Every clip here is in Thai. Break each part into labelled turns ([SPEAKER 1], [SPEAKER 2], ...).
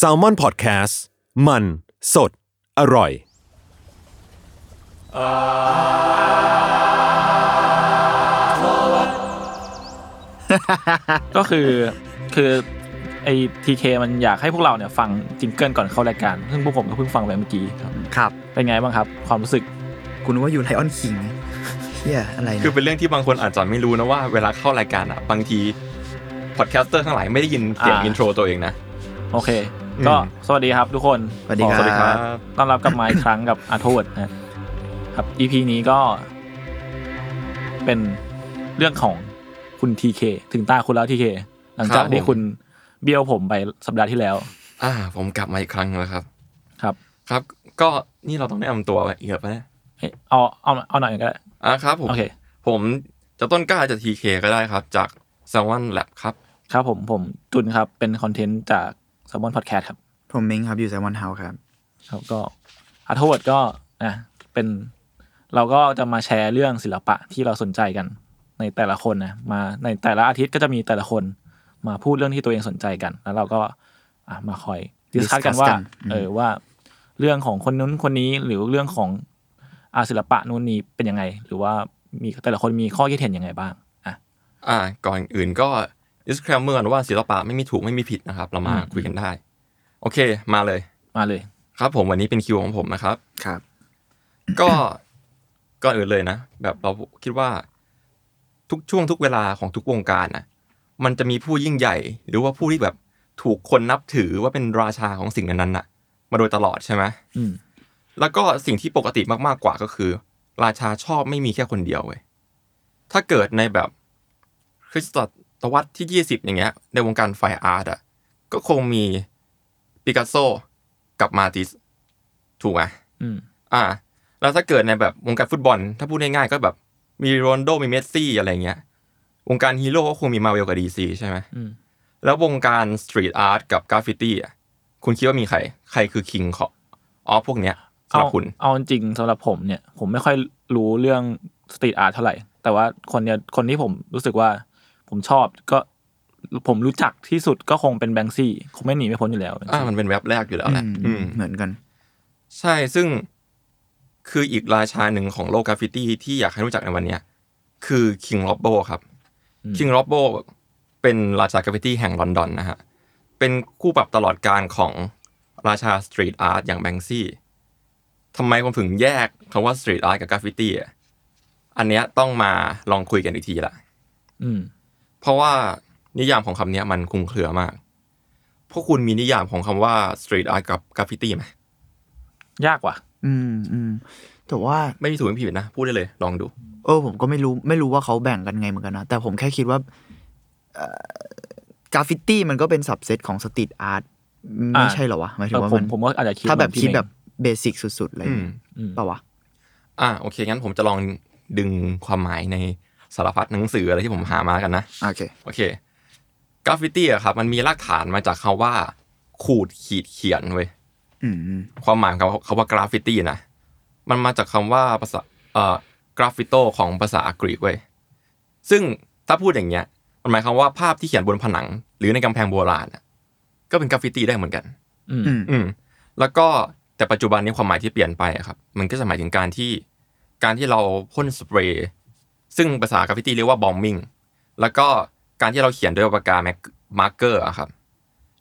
[SPEAKER 1] s a l m o n PODCAST มัน สด อร่อย
[SPEAKER 2] ก็คือคือไอ้ทีเคมันอยากให้พวกเราเนี่ยฟังจิงเกิลก่อนเข้ารายการซึ่งพวกผมก็เพิ่งฟังไปเมื่อกี้ครับ
[SPEAKER 3] ครับ
[SPEAKER 2] เป็นไงบ้างครับ ความรู้สึก
[SPEAKER 3] กูนึกว่าอยู่ไลออนคิงเฮียอะไร
[SPEAKER 4] คือ
[SPEAKER 3] นะ
[SPEAKER 4] เป็นเรื่องที่บางคนอาจจะไม่รู้นะว่าเวลาเข้ารายการอ่ะ บางที พอดแคสเตอร์ทั้งหลายไม่ได้ยินเสียงอินโทรตัวเองนะ
[SPEAKER 2] โอเค ก็
[SPEAKER 4] อืม
[SPEAKER 2] สวัสดีครับทุกคน
[SPEAKER 3] สวัสดีค
[SPEAKER 2] ข
[SPEAKER 3] รั
[SPEAKER 2] อบ
[SPEAKER 4] ครับ
[SPEAKER 2] ต้อนรับกลับมาอีกครั้งกับอาโทษนะครับ EP นี้ก็ เป็นเรื่องของคุณทีเคถึงตาคุณแล้วทีเคหลังจาก
[SPEAKER 4] ครับผม
[SPEAKER 2] ที่คุณเบี้ยวผมไปสัปดาห์ที่แล้ว
[SPEAKER 4] อ่า ผมกลับมาอีกครั้งแล้วครับ
[SPEAKER 2] ครับ
[SPEAKER 4] ครับ ก็นี่เราต้องแนะนำตัวอีกแบบนะ
[SPEAKER 2] เอ้ยเอาเอาเอาหน่อยก็ได้
[SPEAKER 4] อ่าครับผม
[SPEAKER 2] โอเค
[SPEAKER 4] ผมจะต้นกล้าจะทีเคก็ได้ครับ จาก s ซ l m o n Lab ครับ
[SPEAKER 2] ครับผมผมจุนครับเป็นคอนเทนต์จากสมอนพอดแคสต์ครับ
[SPEAKER 3] ผมเม้งครับอยู่ไซมอนเฮาส์ครับ
[SPEAKER 2] ครับก็อาโทษก็นะเป็นเราก็จะมาแชร์เรื่องศิลปะที่เราสนใจกัน ในแต่ละคนนะมาในแต่ละอาทิตย์ก็จะมีแต่ละคนมาพูดเรื่องที่ตัวเองสนใจกัน แล้วเราก็อ่ะมาคอยดิสคัสกันว่าเออว่า เรื่องของคนนู้นคนนี้หรือเรื่องของอาศิลปะนู้นนี้เป็นยังไง หรือว่ามีแต่ละคนมีข้อคิดเห็นยังไงบ้างอ่ะ
[SPEAKER 4] อ่า ก่อนอื่นก็ disclaimer นะว่าศิลปะไม่มีถูกไม่มีผิดนะครับ เรามา
[SPEAKER 2] อืม
[SPEAKER 4] คุยกันได้ โอเค มาเลย
[SPEAKER 2] มาเลย
[SPEAKER 4] ครับ ผมวันนี้เป็นคิวของผมนะครับ
[SPEAKER 3] ครับ
[SPEAKER 4] ก็ ก่อนอื่นเลยนะ แบบเราคิดว่า ทุกช่วงทุกเวลาของทุกวงการนะมันจะมีผู้ยิ่งใหญ่ หรือว่าผู้ที่แบบถูกคนนับถือว่าเป็นราชาของสิ่งนั้นๆน่ะ มาโดยตลอดใช่ไหม
[SPEAKER 2] อืม
[SPEAKER 4] แล้วก็สิ่งที่ปกติมากๆกว่าก็คือ ราชาชอบไม่มีแค่คนเดียวเว้ยถ้าเกิดในแบบคริสตศตวรรษที่ยี่สิบอย่างเงี้ย ในวงการไฟอาร์ตอ่ะก็คงมีปิกัสโซกับมาติสถูกไหม
[SPEAKER 2] อืม
[SPEAKER 4] อ่า แล้วถ้าเกิดในแบบวงการฟุตบอล ถ้าพูดง่ายๆก็แบบมีโรนลโดมีเมสซี่อะไรเงี้ย วงการฮีโร่ก็คงมีมาเวลกับดีซีใช่ไหม
[SPEAKER 2] อืม
[SPEAKER 4] แล้ววงการสตรีทอาร์ตกับกราฟฟิตี้อ่ะคุณคิดว่ามีใคร ใครคือคิงของอ๋อพวกเนี้ยสำหรับคุณ
[SPEAKER 2] เอาจริงๆสำหรับผมเนี่ย ผมไม่ค่อยรู้เรื่องสตรีทอาร์ตเท่าไหร่ แต่ว่าคนเนี่ยคนที่ผมรู้สึกว่า ผมชอบก็ ผมรู้จักที่สุดก็คงเป็นแบงซี่คงไม่หนีไม่พ้นอยู่แล้ว Banksy
[SPEAKER 4] อ่ามันเป็นแว็บแรกอยู่แล้วแหละ
[SPEAKER 3] อื
[SPEAKER 4] อื
[SPEAKER 3] ม
[SPEAKER 4] ม
[SPEAKER 3] เหมือนกัน
[SPEAKER 4] ใช่ซึ่งคืออีกราชาหนึ่งของโลกกราฟฟิตี้ที่อยากให้รู้จักในวันเนี้ย คือคิงล็อบโบครับ
[SPEAKER 2] อืม
[SPEAKER 4] คิงล็อบโบเป็นราชากราฟฟิตี้แห่งลอนดอนนะฮะ เป็นคู่ปรับตลอดการของราชาสตรีทอาร์ตอย่างแบงซี่ทำไมผมถึงแยกคำว่าสตรีทอาร์ตกับกราฟฟิตี้อ่ะอันเนี้ยต้องมาลองคุยกันอีกทีละ
[SPEAKER 2] อืม
[SPEAKER 4] เพราะว่านิยามของคำเนี้ยมันคลุมเครือมาก พวกคุณมีนิยามของคำว่าสตรีทอาร์ตกับกราฟฟิตี้ไหม
[SPEAKER 2] ยากว่ะ
[SPEAKER 3] อืมอืมแต่ว่า
[SPEAKER 4] ไม่มีถูกไม่มีผิดนะ พูดได้เลยลองดู
[SPEAKER 3] เออผมก็ไม่รู้ไม่รู้ว่าเขาแบ่งกันไงเหมือนกันนะ แต่ผมแค่คิดว่าเอ่อกราฟฟิตี้มันก็เป็นสับเซตของสตรีทอาร์ตไม่
[SPEAKER 2] อ่า
[SPEAKER 3] ใช่เหรอวะหมายถึ
[SPEAKER 2] เอง อ
[SPEAKER 3] ว่า
[SPEAKER 2] ผม
[SPEAKER 3] มัน
[SPEAKER 2] ผมก็อาจจะคิด
[SPEAKER 3] ถ้าแบบ
[SPEAKER 2] เหมือนพี่
[SPEAKER 3] คิ
[SPEAKER 2] เม
[SPEAKER 3] ด
[SPEAKER 2] ย์
[SPEAKER 3] แบบเบสิกสุดๆอะไรอย่างงี้
[SPEAKER 2] อืม
[SPEAKER 3] เปล่าวะ
[SPEAKER 4] อ่ะโอเค งั้นผมจะลองดึงความหมายในสารพัดหนังสืออะไรที่ผมหามากันนะ
[SPEAKER 3] โอเค
[SPEAKER 4] โอเคกราฟฟิตี้อะครับมันมีรากฐานมาจากคาว่า ขูดขีดเขียนเว้ย
[SPEAKER 3] อืมอืม
[SPEAKER 4] ความหมายของคำว่ากราฟฟิตี้นะ มันมาจากคำว่าภาษาเอ่อกราฟฟิโตของภาษากรีกเว้ยซึ่งถ้าพูดอย่างเงี้ย มันหมายความว่าภาพที่เขียนบนผนัง หรือในกำแพงโบราณอะก็เป็นกราฟฟิตี้ได้เหมือนกัน
[SPEAKER 2] อืม
[SPEAKER 3] อืม
[SPEAKER 4] อืมแล้วก็แต่ปัจจุบันนี้ความหมายที่เปลี่ยนไปอะครับ มันก็จะหมายถึงการที่การที่เราพ่นสเปรย์ซึ่งภาษากราฟฟิตี้เรียกว่าบอม b ิ n งแล้วก็การที่เราเขียนด้วยปากกาแมมาร์เกอร์ครับ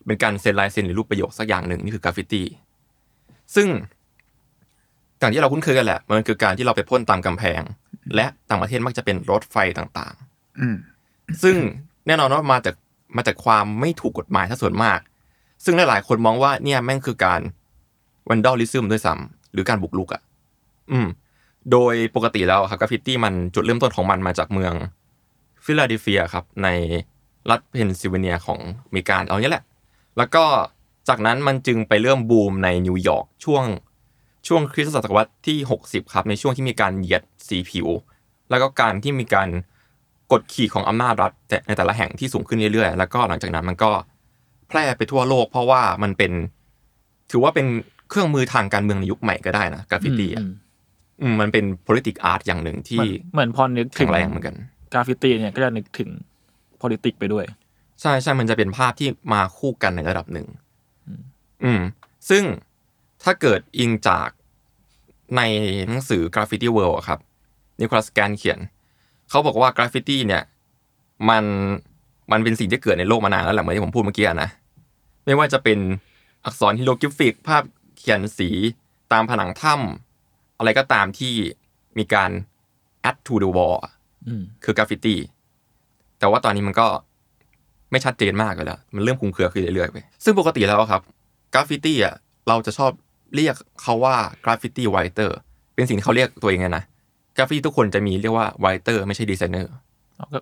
[SPEAKER 4] เป็นการเซ็นลายเซ็นหรือรูปประโยคสักอย่างหนึ่งนี่คือกราฟฟิตี้ซึ่งอย่างที่เราคุ้นเคยกันแหละ มันคือการที่เราไปพ่นตามกำแพง และต่างประเทศมักจะเป็นรถไฟต่างๆ
[SPEAKER 3] อืม
[SPEAKER 4] ซึ่งแน่นอนว่ามาจากมาจากความไม่ถูกกฎหมายถ้าส่วนมาก ซึ่งหลายๆคนมองว่าเนี่ยแม่งคือการวันดอลลิซึมด้วยซ้ำหรือการบุกรุกอ่ะ อืม โดยปกติแล้วครับกราฟฟิตี้มันจุดเริ่มต้นของมันมาจากเมืองฟิลาเดลเฟียครับ ในรัฐเพนซิลเวเนียของอเมริกาเอาเนี้ยแหละ แล้วก็จากนั้นมันจึงไปเริ่มบูมในนิวยอร์กช่วงช่วงคริสตศตวรรษที่ 60 ครับ ในช่วงที่มีการเหยียดสีผิว แล้วก็การที่มีการกดขี่ของอำนาจรัฐแต่ในแต่ละแห่งที่สูงขึ้นเรื่อยๆ แล้วก็หลังจากนั้นมันก็แพร่ไปทั่วโลก เพราะว่ามันเป็น ถือว่าเป็นเครื่องมือทางการเมืองในยุคใหม่ก็ได้นะกราฟฟิตี้
[SPEAKER 2] อืม
[SPEAKER 4] มันเป็น politic art อย่างหนึ่ง
[SPEAKER 2] เหมื
[SPEAKER 4] ที่
[SPEAKER 2] อนเหมือนพอนึก
[SPEAKER 4] แข็
[SPEAKER 2] ถึ
[SPEAKER 4] ง
[SPEAKER 2] ง
[SPEAKER 4] แรงเหมือนกัน
[SPEAKER 2] กราฟฟิตี้เนี่ยก็จะนึกถึง p o l i t i c ไปด้วย
[SPEAKER 4] ใช่ใช่มันจะเป็นภาพที่มาคู่กันในระดับหนึ่ง อืม ซึ่งถ้าเกิดอิงจากในหนังสือ Graffiti World อะครับ นิโคลัสแกนเขียน เขาบอกว่ากราฟฟิตี้เนี่ย มันมันเป็นสิ่งที่เกิดในโลกมานานแล้วแหละเหมือนที่ผมพูดเมื่อกี้อะนะ ไม่ว่าจะเป็นอักษรฮิโรกริฟิก ภาพเขียนสีตามผนังถ้ำอะไรก็ตามที่มีการ add to the wall อะ
[SPEAKER 2] อืม
[SPEAKER 4] คือกราฟฟิตี้ แต่ว่าตอนนี้มันก็ไม่ชัดเจนมากเลยแล้ว มันเริ่มคลุมเครือขึ้นเรื่อยๆไป ซึ่งปกติแล้วอะครับกราฟฟิตี้อ่ะเราจะชอบเรียกเขาว่ากราฟฟิตี้ไวเตอร์เป็นสิ่งที่เขาเรียกตัวเองเลยนะกราฟฟิตี้ทุกคนจะมีเรียกว่าไวเตอร์ไม่ใช่ดีไซเนอร์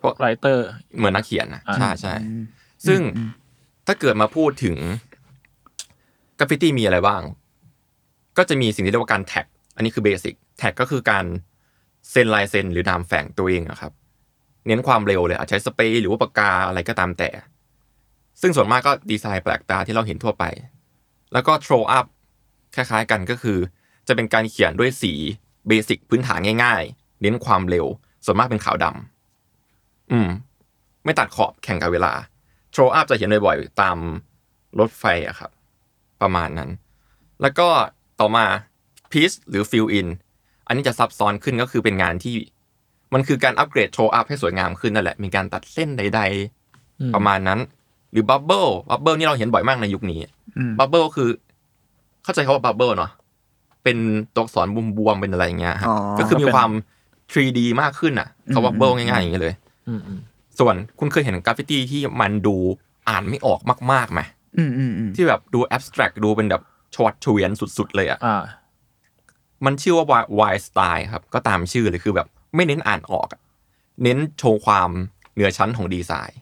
[SPEAKER 2] ก็ไรเตอร์
[SPEAKER 4] เหมือนนักเขียนนะ
[SPEAKER 2] อ่า
[SPEAKER 4] ใช่ใช่ซึ่งถ้าเกิดมาพูดถึงกราฟฟิตี้มีอะไรบ้าง ก็จะมีสิ่งที่เรียกว่าการแท็ก อันนี้คือเบสิกแท็กก็คือการเซ็นลายเซ็นหรือนามแฝงตัวเองอะครับ เน้นความเร็วเลยอาจใช้สเปรย์หรือว่าปากกาอะไรก็ตามแต่ ซึ่งส่วนมากก็ดีไซน์แปลกตาที่เราเห็นทั่วไป แล้วก็โทรอัพคล้ายๆกันก็คือ จะเป็นการเขียนด้วยสีเบสิกพื้นฐานง่ายๆ เน้นความเร็ว ส่วนมากเป็นขาวดำอืม ไม่ตัดขอบแข่งกับเวลา โทรอัพจะเห็นบ่อยๆ ตามรถไฟอะครับ ประมาณนั้น แล้วก็ต่อมา Piece หรือ Fill In อันนี้จะซับซ้อนขึ้นก็คือเป็นงานที่ มันคือการอัปเกรดโทรอัพให้สวยงามขึ้นนั่นแหละ มีการตัดเส้นใด
[SPEAKER 2] อืม
[SPEAKER 4] ๆ ประมาณนั้น หรือ Bubble Bubble นี่เราเห็นบ่อยมากในยุคนี้
[SPEAKER 3] อืม
[SPEAKER 4] Bubble คือ เข้าใจคำว่า Bubble เนาะ เป็นตัวอักษรบวมๆ เป็นอะไรอย่างเงี้ยฮะ
[SPEAKER 3] อ๋อ
[SPEAKER 4] ก็คือมีความ 3D มากขึ้นอะคำว่า Bubble ง่ายๆอย่างเงี้ยเลย
[SPEAKER 2] อืมอืม
[SPEAKER 4] ส่วนคุณเคยเห็นกราฟฟิตี้ที่มันดูอ่านไม่ออกมากๆไหม
[SPEAKER 3] อืมอืมอืม
[SPEAKER 4] ที่แบบดูแอบสแตรกดูเป็นแบบชวัดเฉวียนสุดๆเลยอ่ะ
[SPEAKER 2] อ่า
[SPEAKER 4] มันชื่อว่าวายสไตล์ครับ ก็ตามชื่อเลยคือแบบ ไม่เน้นอ่านออกอะเน้นโชว์ความเหนือชั้นของดีไซน์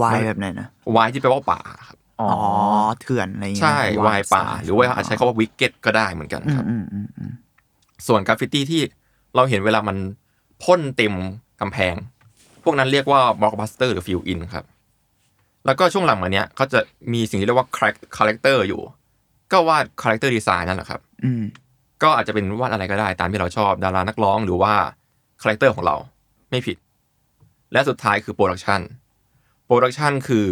[SPEAKER 3] วายแบบไหนนะ
[SPEAKER 4] วายที่แปลว่าป่าครับ
[SPEAKER 2] อ๋อ
[SPEAKER 3] อ๋อ
[SPEAKER 2] อ
[SPEAKER 3] เถื่อนอะไรอย่างเงี้ย
[SPEAKER 4] ใช่วายป่า หรือว่าอาจจะใช้
[SPEAKER 3] เขา
[SPEAKER 4] คำว่าวิกเก็ตก็ได้เหมือนกันครับ
[SPEAKER 3] อืมอืมอืม
[SPEAKER 4] ส่วนกราฟฟิตี้ที่เราเห็นเวลามันพ่นเต็มกำแพง พวกนั้นเรียกว่าบล็อกบัสเตอร์หรือฟิลอินครับ แล้วก็ช่วงหลังมาเนี้ยเขาจะมีสิ่งที่เรียกว่าคาแรคเตอร์อยู่ ก็วาดคาแรคเตอร์ดีไซน์นั่นแหละครับ
[SPEAKER 3] อืม
[SPEAKER 4] ก็อาจจะเป็นวาดอะไรก็ได้ตามที่เราชอบดารานักร้องหรือว่าคาแรคเตอร์ของเราไม่ผิด และสุดท้ายคือโปรดักชันโปรดักชันคือ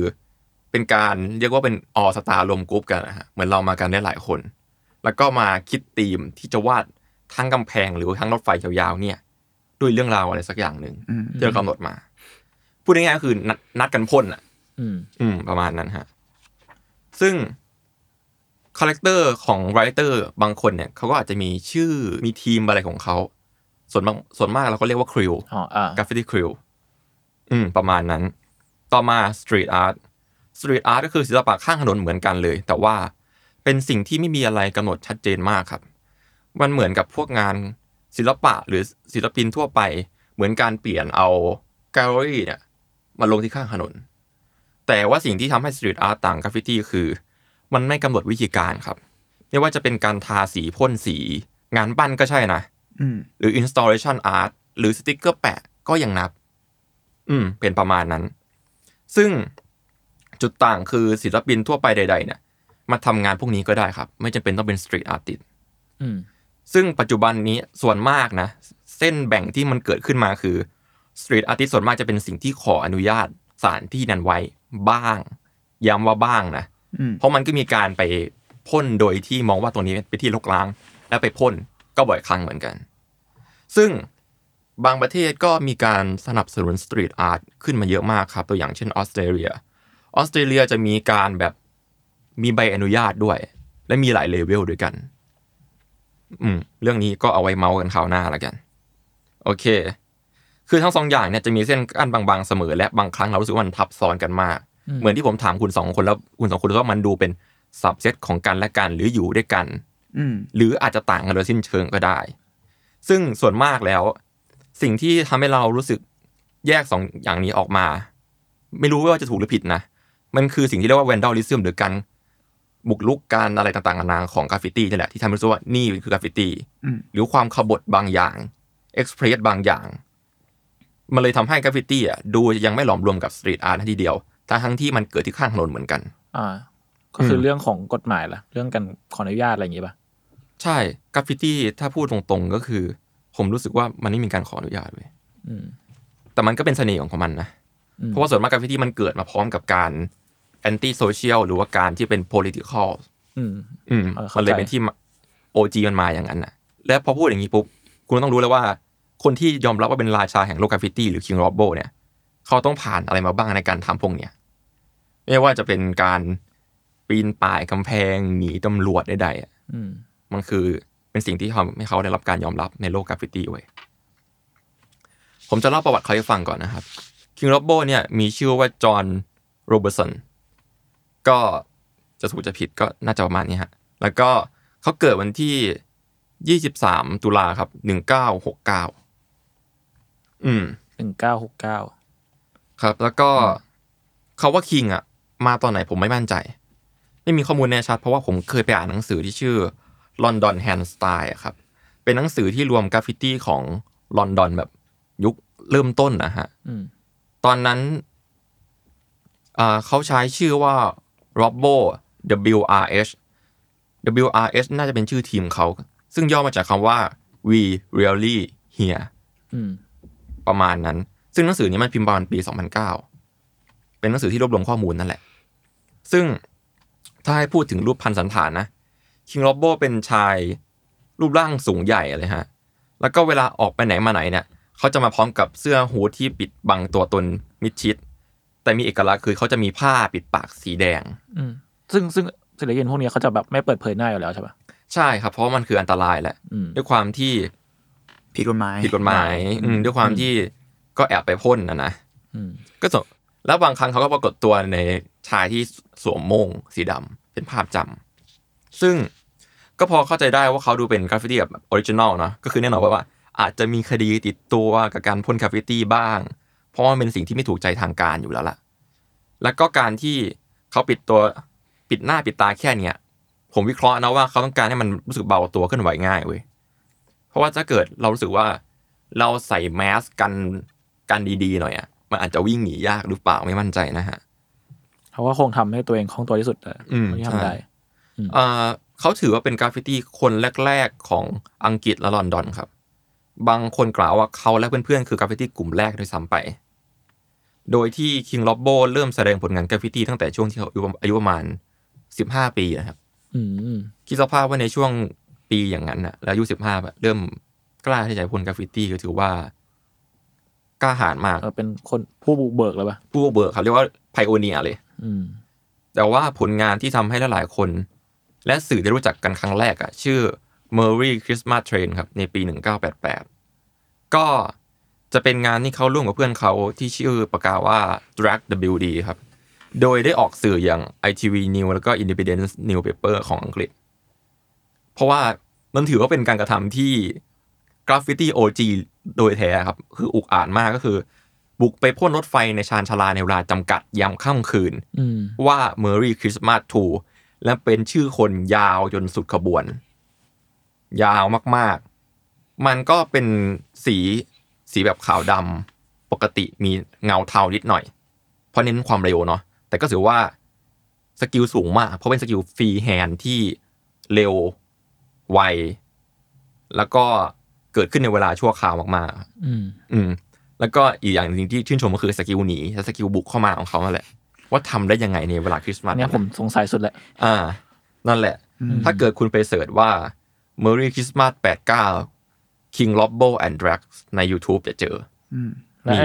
[SPEAKER 4] เป็นการเรียกว่าเป็นออสตารวมกรุ๊ปกันนะฮะเหมือนเรามากันได้หลายคน แล้วก็มาคิดธีมที่จะวาดทั้งกำแพงหรือทั้งรถไฟยาวๆเนี่ย ด้วยเรื่องราวอะไรสักอย่างหนึ่ง
[SPEAKER 3] อืม
[SPEAKER 4] ที่เรากำหนดมา พูดง่ายๆก็คือนัดนัดกันพ่นอ่ะ
[SPEAKER 2] อืม
[SPEAKER 4] อืม ประมาณนั้นฮะ ซึ่งคาแรคเตอร์ของไรเตอร์บางคนเนี่ยเขาก็อาจจะมีชื่อมีทีมอะไรของเขา ส่วนมากส่วนมากเราก็เรียกว่าคริว
[SPEAKER 2] อ๋ออ่าก
[SPEAKER 4] ราฟฟิตี้คริวอืม ประมาณนั้น ต่อมาสตรีทอาร์ตสตรีทอาร์ตก็คือศิลปะข้างถนนเหมือนกันเลย แต่ว่าเป็นสิ่งที่ไม่มีอะไรกำหนดชัดเจนมากครับ มันเหมือนกับพวกงานศิลปะหรือศิลปินทั่วไป เหมือนการเปลี่ยนเอาแกลเลอรี่เนี่ย มาลงที่ข้างถนน แต่ว่าสิ่งที่ทำให้สตรีทอาร์ตต่างกราฟฟิตี้คือ มันไม่กำหนดวิธีการครับ ไม่ว่าจะเป็นการทาสีพ่นสี งานปั้นก็ใช่นะ
[SPEAKER 3] อืม
[SPEAKER 4] หรือ installation art หรือสติกเกอร์แปะก็ยังนับ อืม เป็นประมาณนั้น ซึ่งจุดต่างคือศิลปินทั่วไปใด ๆ เนี่ย มาทำงานพวกนี้ก็ได้ครับ ไม่จำเป็นต้องเป็นสตรีทอาร์ติ
[SPEAKER 2] อืม
[SPEAKER 4] ซึ่งปัจจุบันนี้ส่วนมากนะ เส้นแบ่งที่มันเกิดขึ้นมาคือสตรีทอาร์ติสส่วนมากจะเป็นสิ่งที่ขออนุญาตสถานที่นั้นไว้บ้างย้ำว่าบ้างนะ
[SPEAKER 3] อืม
[SPEAKER 4] เพราะมันก็มีการไปพ่นโดยที่มองว่าตรงนี้เป็นที่รกร้าง แล้วไปพ่นก็บ่อยครั้งเหมือนกัน ซึ่งบางประเทศก็มีการสนับสนุนสตรีทอาร์ตขึ้นมาเยอะมากครับ ตัวอย่างเช่นออสเตรเลีย ออสเตรเลียจะมีการแบบมีใบอนุญาตด้วย และมีหลายเลเวลด้วยกัน อืม เรื่องนี้ก็เอาไว้เมาส์กันคราวหน้าละกัน โอเค คือทั้งสองอย่างเนี่ยจะมีเส้นกั้นบางๆเสมอ และบางครั้งเรารู้สึกว่ามันทับซ้อนกันมาก
[SPEAKER 2] อืม
[SPEAKER 4] เหมือนที่ผมถามคุณสองคนแล้วคุณสองคนรู้สึกว่ามันดูเป็นสับเซตของกันและกันหรืออยู่ด้วยกัน
[SPEAKER 3] อืม
[SPEAKER 4] หรืออาจจะต่างกันโดยสิ้นเชิงก็ได้ ซึ่งส่วนมากแล้ว สิ่งที่ทำให้เรารู้สึกแยกสองอย่างนี้ออกมา ไม่รู้ว่าจะถูกหรือผิดนะ มันคือสิ่งที่เรียกว่า vandalism หรือการบุกรุกการอะไรต่างๆนานาของกราฟฟิตี้นี่แหละที่ทำให้รู้สึกว่านี่คือกราฟฟิตี้
[SPEAKER 3] อืม
[SPEAKER 4] หรือความขบฏบางอย่างเอ็กซ์เพรสบางอย่าง มันเลยทำให้กราฟฟิตี้อ่ะดูยังไม่หลอมรวมกับสตรีทอาร์ททีเดียวทั้งๆที่มันเกิดที่ข้างถนนเหมือนกัน
[SPEAKER 2] อ่า ก็คืออ
[SPEAKER 4] ม
[SPEAKER 2] เรื่องของกฎหมายล่ะ เรื่องการขออนุญาตอะไรอย่างงี้ป่ะ
[SPEAKER 4] ใช่กราฟฟิตี้ถ้าพูดตรงๆก็คือ ผมรู้สึกว่ามันไม่มีการขออนุญาตเลย
[SPEAKER 2] อืม
[SPEAKER 4] แต่มันก็เป็นเสน่ห์ของมันนะ
[SPEAKER 2] อืม
[SPEAKER 4] เพราะว่าส่วนมากกราฟฟิตี้มันเกิดมาพร้อมกับการแอนตี้โซเชียลหรือว่าการที่เป็น political
[SPEAKER 2] อืม
[SPEAKER 4] อืม
[SPEAKER 2] เออเข้าใจ
[SPEAKER 4] มันเลยเป็นที่มา OG มันมาอย่างนั้นนะและพอพูดอย่างนี้ปุ๊บ คุณต้องรู้แล้วว่า คนที่ยอมรับว่าเป็นราชาแห่งโลกกราฟฟิตี้หรือ King Robbo เนี่ย เขาต้องผ่านอะไรมาบ้างในการทำพวกเนี่ยไม่ว่าจะเป็นการปีนป่ายกำแพงหนีตำรวจใดๆอะ
[SPEAKER 2] อืม
[SPEAKER 4] มันคือเป็นสิ่งที่ทำให้เขาได้รับการยอมรับในโลกกราฟฟิตี้เว้ยผมจะเล่าประวัติเขาให้ฟังก่อนนะครับ King Robbo เนี่ยมีชื่อว่าจอห์นโรเบอร์สัน ก็จะถูกจะผิดก็น่าจะประมาณนี้ฮะ แล้วก็เขาเกิดวันที่ 23 ตุลาครับ 1969 อืม
[SPEAKER 2] หนึ่งเก้าหกเก้า
[SPEAKER 4] ครับ แล้วก็เขาว่าคิงอ่ะ มาตอนไหนผมไม่มั่นใจ ไม่มีข้อมูลแน่ชัด เพราะว่าผมเคยไปอ่านหนังสือที่ชื่อ London Hand Style อะครับ เป็นหนังสือที่รวมกราฟฟิตี้ของลอนดอนแบบยุคเริ่มต้นนะฮะ
[SPEAKER 2] อืม
[SPEAKER 4] ตอนนั้นอ่าเขาใช้ชื่อว่า Robbo WRH WRH น่าจะเป็นชื่อทีมเขา ซึ่งย่อมาจากคำว่า We Really Here
[SPEAKER 2] อืม
[SPEAKER 4] ประมาณนั้น ซึ่งหนังสือนี้มันพิมพ์ประมาณปี 2009 เป็นหนังสือที่รวบรวมข้อมูลนั่นแหละ ซึ่งถ้าให้พูดถึงรูปพันสันฐานนะ คิงโรบโบเป็นชายรูปร่างสูงใหญ่เลยฮะ แล้วก็เวลาออกไปไหนมาไหนเนี่ย เขาจะมาพร้อมกับเสื้อฮูดที่ปิดบังตัวตนมิดชิด แต่มีเอกลักษณ์คือเขาจะมีผ้าปิดปากสีแดง
[SPEAKER 2] อืม ซึ่งซึ่งศิลปินพวกเนี้ยเขาจะแบบไม่เปิดเผยหน้าอยู่แล้วใช่ป่ะ
[SPEAKER 4] ใช่ครับ เพราะมันคืออันตรายแหละ
[SPEAKER 2] อืม
[SPEAKER 4] ด้วยความที่
[SPEAKER 3] ผิดกฎหมาย
[SPEAKER 4] ผิดกฎหมายอืมด้วยความที่ก็แอบไปพ่นนะนะ
[SPEAKER 2] อืม
[SPEAKER 4] ก็สแล้วบางครั้งเขาก็ปรากฏตัวในชายที่สวมโม่งสีดำเป็นภาพจำซึ่งก็พอเข้าใจได้ว่าเขาดูเป็นกราฟฟิตี้แบบออริจินอลเนาะก็คือแน่นอนว่าว่า อาจจะมีคดีติดตัวกับการพ่นกราฟฟิตี้บ้าง เพราะว่ามันเป็นสิ่งที่ไม่ถูกใจทางการอยู่แล้วล่ะ แล้วก็การที่เขาปิดตัวปิดหน้าปิดตาแค่เนี้ยผมวิเคราะห์นะว่าเขาต้องการให้มันรู้สึกเบาตัวขึ้นไหวง่ายเว้ยเพราะว่าถ้าเกิดเรารู้สึกว่า เราใส่แมสกันกันดีๆหน่อยอะมันอาจจะวิ่งหนียากหรือเปล่าไม่มั่นใจนะฮะ
[SPEAKER 2] เขาก็คงทำให้ตัวเองคล่องตัวที่สุดแต่
[SPEAKER 4] อืม
[SPEAKER 2] ที่
[SPEAKER 4] ใช่
[SPEAKER 2] ทำได้
[SPEAKER 4] เอ่อเขาถือว่าเป็นกราฟฟิตี้คนแรก ๆ ของอังกฤษและลอนดอนครับ บางคนกล่าวว่าเขาและเพื่อนๆ คือกราฟฟิตี้กลุ่มแรกด้วยซ้ำไป โดยที่คิงล็อบโบเริ่มแสดงผลงานกราฟฟิตี้ตั้งแต่ช่วงที่เขาอายุประมาณ 15 ปีนะครับ
[SPEAKER 2] อืมอืม
[SPEAKER 4] คิดสภาพว่าในช่วงปีอย่างนั้นน่ะ แล้วอายุสิบห้าเริ่มกล้าที่จะพ่นกราฟฟิตี้ก็ถือว่ากล้าหาญมาก
[SPEAKER 2] เออเป็นคนผู้บุกเบิกเลยป่ะ
[SPEAKER 4] ผู้บุกเบิกเขาเรียกว่าไพโอเนียเลย
[SPEAKER 2] อืม
[SPEAKER 4] แต่ว่าผลงานที่ทำให้หลายๆคน และสื่อได้รู้จักกันครั้งแรกอะชื่อ Merry Christmas Train ครับ ในปี 1988 ก็จะเป็นงานที่เขาร่วมกับเพื่อนเขาที่ชื่อประกาศว่า Drag WD ครับ โดยได้ออกสื่ออย่าง ITV News แล้วก็ Independence Newspaper ของอังกฤษ เพราะว่ามันถือว่าเป็นการกระทำที่กราฟฟิตี้ OG โดยแท้ครับ คืออุกอาจมากก็คือ บุกไปพ่นรถไฟในชานชาลาในเวลาจำกัดยามค่ำคืน
[SPEAKER 2] อืม
[SPEAKER 4] ว่า Merry Christmas to และเป็นชื่อคนยาวจนสุดขบวน ยาวมากๆ มันก็เป็นสีสีแบบขาวดำปกติมีเงาเทานิดหน่อย เพราะเน้นความเร็วเนาะแต่ก็ถือว่าสกิลสูงมาก เพราะเป็นสกิลฟรีแฮนด์ที่เร็ว ไว แล้วก็เกิดขึ้นในเวลาชั่วคราวมากๆ
[SPEAKER 2] อืม
[SPEAKER 4] อืมแล้วก็อีกอย่างหนึ่งที่ชื่นชมก็คือสกิลหนีและสกิลบุกเข้ามาของเขานั่นแหละ ว่าทำได้ยังไงในเวลาคริสต์มาส
[SPEAKER 2] อันเนี้ยผมสงสัยสุดแหละ
[SPEAKER 4] อ่า นั่นแหละ ถ้าเกิดคุณไปเสิร์ชว่า Merry Christmas 89 King Lobbo and Drag ใน YouTube จะเจอ
[SPEAKER 3] อืม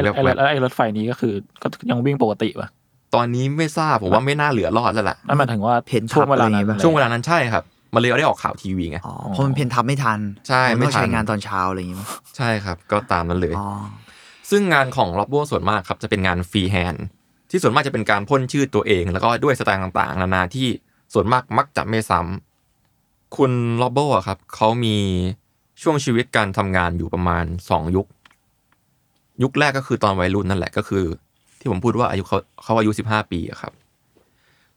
[SPEAKER 2] แล้วไอ้
[SPEAKER 4] มีแบบ
[SPEAKER 2] ไอ้รถ
[SPEAKER 4] แบบ
[SPEAKER 2] ไอ้รถไฟนี้ก็คือก็ยังวิ่งปกติป่ะ
[SPEAKER 4] ตอนนี้ไม่ทราบผมว่าไม่น่าเหลือรอดแล้วล่ะ
[SPEAKER 2] นั่นหมายถึงว่า
[SPEAKER 3] เห็น
[SPEAKER 2] ช่วงเวลา
[SPEAKER 3] อะไรอ
[SPEAKER 2] นั้น
[SPEAKER 3] ย่างงี้ป่ะ
[SPEAKER 4] ช่วงเวลานั้นใช่ครับ มันเลยได้ออกข่าวทีวีไง
[SPEAKER 3] อ๋อเพราะมันเพียนทับไม่ทัน
[SPEAKER 4] ใช่
[SPEAKER 3] น
[SPEAKER 4] ไม่
[SPEAKER 3] ต้อง
[SPEAKER 4] ทัน
[SPEAKER 3] ใช้งานตอนเช้าอะไรอย่างงี้ป่ะ
[SPEAKER 4] ใช่ครับ ก็ตามนั้นเลย
[SPEAKER 3] อ๋อ
[SPEAKER 4] ซึ่งงานของล็อบโบส่วนมากครับ จะเป็นงานฟรีแฮนด์ที่ส่วนมากจะเป็นการพ่นชื่อตัวเอง แล้วก็ด้วยสไตล์ต่างๆ นานาที่ส่วนมากมักจะไม่ซ้ำคุณล็อบโบอะครับเขามีช่วงชีวิตการทำงานอยู่ประมาณ 2 ยุค ยุคแรกก็คือตอนวัยรุ่นนั่นแหละก็คือ ที่ผมพูดว่าอายุเขาเขาอายุ 15 ปีอะครับ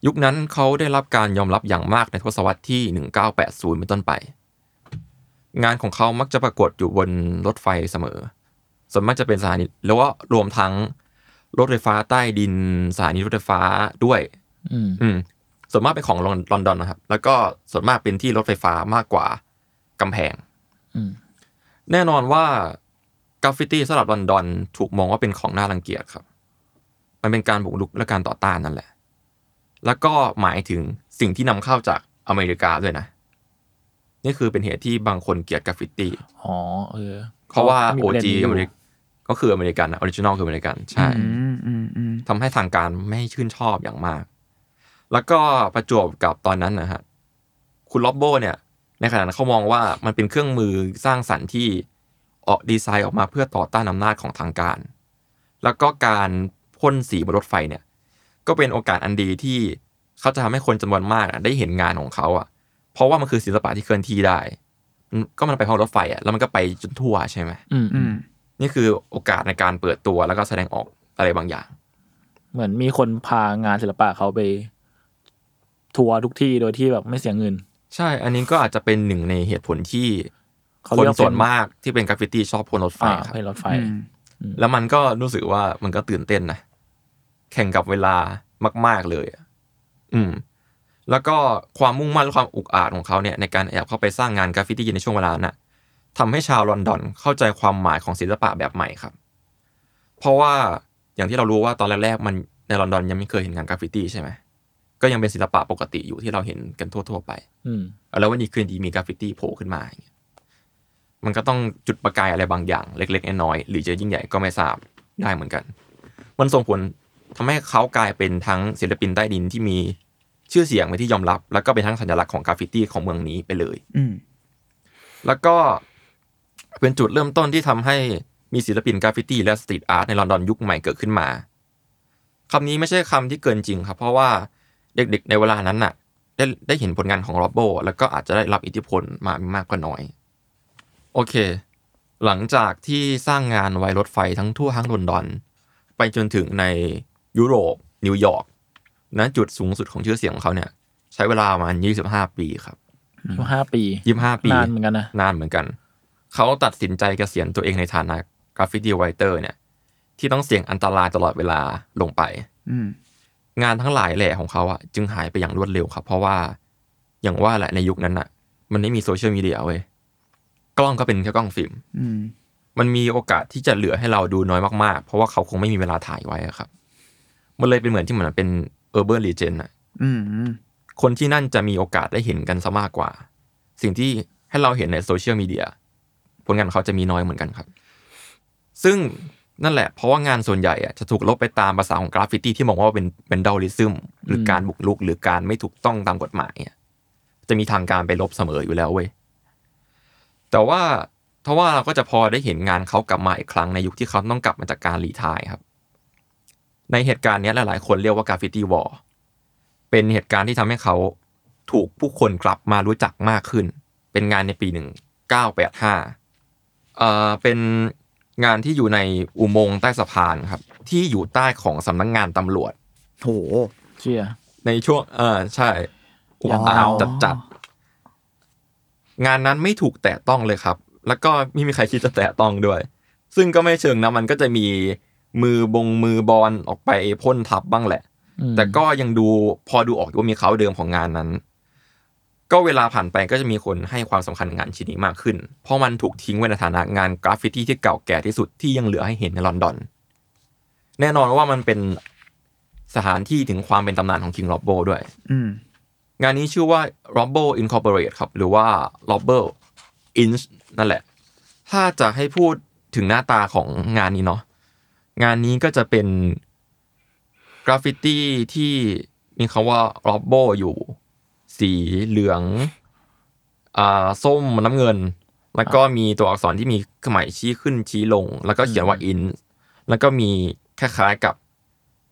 [SPEAKER 4] ยุคนั้นเขาได้รับการยอมรับอย่างมากในทศวรรษที่ 1980 เป็นต้นไป งานของเขามักจะปรากฏอยู่บนรถไฟเสมอ ส่วนมากจะเป็นสถานีแล้วว่ารวมทั้งรถไฟฟ้าใต้ดินสถานีรถไฟฟ้าด้วย
[SPEAKER 2] อืม
[SPEAKER 4] อืมส่วนมากเป็นของลอนลอนดอนนะครับ แล้วก็ส่วนมากเป็นที่รถไฟฟ้ามากกว่ากำแพง
[SPEAKER 2] อืม
[SPEAKER 4] แน่นอนว่ากราฟฟิตี้สำหรับลอนดอนถูกมองว่าเป็นของน่ารังเกียจครับ มันเป็นการบุกรุกและการต่อต้านนั่นแหละ แล้วก็หมายถึงสิ่งที่นำเข้าจากอเมริกาด้วยนะ นี่คือเป็นเหตุที่บางคนเกลียดกราฟฟิตี้
[SPEAKER 2] อ๋อ เออ
[SPEAKER 4] เพราะว่า
[SPEAKER 2] มี
[SPEAKER 4] โอ
[SPEAKER 2] ปะเด็น
[SPEAKER 4] จี
[SPEAKER 2] นี้ยู่
[SPEAKER 4] ก็คืออเมริกันออริจินอลคืออเมริกันใช่
[SPEAKER 3] อืมอืมอืม
[SPEAKER 4] ทำให้ทางการไม่ชื่นชอบอย่างมาก แล้วก็ประจวบกับตอนนั้นนะฮะ คุณล็อบโบเนี่ย ในขณะนั้นเขามองว่ามันเป็นเครื่องมือสร้างสรรค์ที่ออกดีไซน์ออกมาเพื่อต่อต้านอำนาจของทางการ แล้วก็การพ่นสีบนรถไฟเนี่ย ก็เป็นโอกาสอันดีที่เขาจะทำให้คนจำนวนมากอะได้เห็นงานของเขาอ่ะ เพราะว่ามันคือศิลปะที่เคลื่อนที่ได้มันก็มันไปพร้อมรถไฟอ่ะ แล้วมันก็ไปจนทั่วใช่ไหม
[SPEAKER 2] อืม
[SPEAKER 3] อืม
[SPEAKER 4] นี่คือโอกาสในการเปิดตัวแล้วก็แสดงออกอะไรบางอย่าง
[SPEAKER 2] เหมือนมีคนพางานศิลปะเขาไป ทัวร์ทุกที่โดยที่แบบไม่เสียเงิน
[SPEAKER 4] ใช่ อันนี้ก็อาจจะเป็นหนึ่งในเหตุผลที่
[SPEAKER 2] เขา
[SPEAKER 4] คน
[SPEAKER 2] เลือกเป็น
[SPEAKER 4] ส่วนมากที่เป็นกราฟฟิตี้ชอบพ่นรถไฟ
[SPEAKER 2] อ่า
[SPEAKER 4] ครับ
[SPEAKER 2] ไปรถไฟ
[SPEAKER 3] อืม
[SPEAKER 4] แล้วมันก็รู้สึกว่ามันก็ตื่นเต้นนะ แข่งกับเวลามาก ๆเลยอะอืม แล้วก็ความมุ่งมั่นและความอุกอาจของเขาเนี่ยในการแอบเข้าไปสร้างงานกราฟฟิตี้ในช่วงเวลานั้นน่ะทำให้ชาวลอนดอนเข้าใจความหมายของศิลปะแบบใหม่ครับ เพราะว่าอย่างที่เรารู้ว่าตอนแรกๆมันในลอนดอนยังไม่เคยเห็นงานกราฟฟิตี้ใช่ไหมก็ยังเป็นศิลปะปกติอยู่ที่เราเห็นกันทั่วๆไป
[SPEAKER 2] อืม
[SPEAKER 4] แล้ววันนี้คืนดีมีกราฟฟิตี้โผล่ขึ้นมาอย่างเงี้ยมันก็ต้องจุดประกายอะไรบางอย่าง เล็กๆน้อยๆหรือจะยิ่งใหญ่ก็ไม่ทราบได้เหมือนกัน มันส่งผลทำให้เขากลายเป็นทั้งศิลปินใต้ดินที่มีชื่อเสียงเป็นที่ยอมรับ แล้วก็เป็นทั้งสัญลักษณ์ของกราฟฟิตี้ของเมืองนี้ไปเลย
[SPEAKER 3] อืม
[SPEAKER 4] แล้วก็เป็นจุดเริ่มต้นที่ทำให้มีศิลปินกราฟฟิตี้และสตรีทอาร์ตในลอนดอนยุคใหม่เกิดขึ้นมาคำนี้ไม่ใช่คำที่เกินจริงครับ เพราะว่าเด็กๆในเวลานั้นน่ะ ได้ได้เห็นผลงานของโรบโบ แล้วก็อาจจะได้รับอิทธิพลมามากก็น้อย โอเค หลังจากที่สร้างงานไวรถไฟทั้งทั่วทั้งลอนดอน ไปจนถึงในยุโรป นิวยอร์กนะจุดสูงสุดของชื่อเสียงของเขาเนี่ย ใช้เวลาประมาณ25 ปีครับ
[SPEAKER 2] ยี่ห้าปี
[SPEAKER 4] 25 ปี
[SPEAKER 2] นานเหมือนกันนะ
[SPEAKER 4] นานเหมือนกัน เขาตัดสินใจเกษียณตัวเองในฐานะกราฟฟิตี้ไวเตอร์เนี่ย ที่ต้องเสี่ยงอันตรายตลอดเวลาลงไป
[SPEAKER 3] อืม
[SPEAKER 4] งานทั้งหลายแหล่ของเขาอะจึงหายไปอย่างรวดเร็วครับ เพราะว่าอย่างว่าแหละในยุคนั้นอะมันไม่มีโซเชียลมีเดียเว้ยกล้องก็เป็นแค่กล้องฟิล์ม
[SPEAKER 3] อืม
[SPEAKER 4] มันมีโอกาสที่จะเหลือให้เราดูน้อยมากๆ เพราะว่าเขาคงไม่มีเวลาถ่ายไว้อะครับ มันเลยเป็นเหมือนที่เหมือนเป็นเออร์เบิร์นรีเจนอะ
[SPEAKER 3] อืม
[SPEAKER 4] คนที่นั่นจะมีโอกาสได้เห็นกันซะมากกว่า สิ่งที่ให้เราเห็นในโซเชียลมีเดียผลงานของเขาจะมีน้อยเหมือนกันครับ ซึ่งนั่นแหละ เพราะว่างานส่วนใหญ่อะจะถูกลบไปตามภาษาของกราฟฟิตี้ที่มองว่าเป็นเป็นดาลิซึมหรือการบุกลุกหรือการไม่ถูกต้องตามกฎหมายอะจะมีทางการไปลบเสมออยู่แล้วเว้ยแต่ว่าทว่าเราก็จะพอได้เห็นงานเขากลับมาอีกครั้งในยุคที่เขาต้องกลับมาจากการรีไทายครับ ในเหตุการณ์เนี้ยหลายๆคนเรียกว่ากราฟฟิตี้วอร์ เป็นเหตุการณ์ที่ทำให้เขาถูกผู้คนกลับมารู้จักมากขึ้น เป็นงานในปี 1985เอ่อเป็นงานที่อยู่ในอุโมงค์ใต้สะพานครับ ที่อยู่ใต้ของสำนักงานตำรวจ
[SPEAKER 3] โห
[SPEAKER 2] เชี่ย
[SPEAKER 4] ในช่วงเออใช่อุกอาจจัดจัดๆงานนั้นไม่ถูกแตะต้องเลยครับ แล้วก็ไม่มีใครคิดจะแตะต้องด้วย ซึ่งก็ไม่เชิงนะมันก็จะมีมือบงมือบอลออกไปพ่นทับบ้างแหละ
[SPEAKER 2] อืม
[SPEAKER 4] แต่ก็ยังดูพอดูออกว่ามีเขาเดิมของงานนั้น ก็เวลาผ่านไปก็จะมีคนให้ความสำคัญกับงานชิ้นนี้มากขึ้น เพราะมันถูกทิ้งไว้ในฐานะงานกราฟฟิตี้ที่เก่าแก่ที่สุดที่ยังเหลือให้เห็นในลอนดอน แน่นอนว่ามันเป็นสถานที่ถึงความเป็นตำนานของคิง r อบโบด้วย
[SPEAKER 3] อืม
[SPEAKER 4] งานนี้ชื่อว่า r o b b o Incorporate ครับ หรือว่า r o b b o Inch นั่นแหละ ถ้าจะให้พูดถึงหน้าตาของงานนี้เนาะงานนี้ก็จะเป็นกราฟฟิตี้ที่มีคำว่า r o b b o อยู่ สีเหลืองอ่าส้มน้ำเงิน แล้วก็มีตัวอักษรที่มีเครื่องหมายชี้ขึ้นชี้ลง แล้วก็เขียนว่า in แล้วก็มีคล้ายๆกับ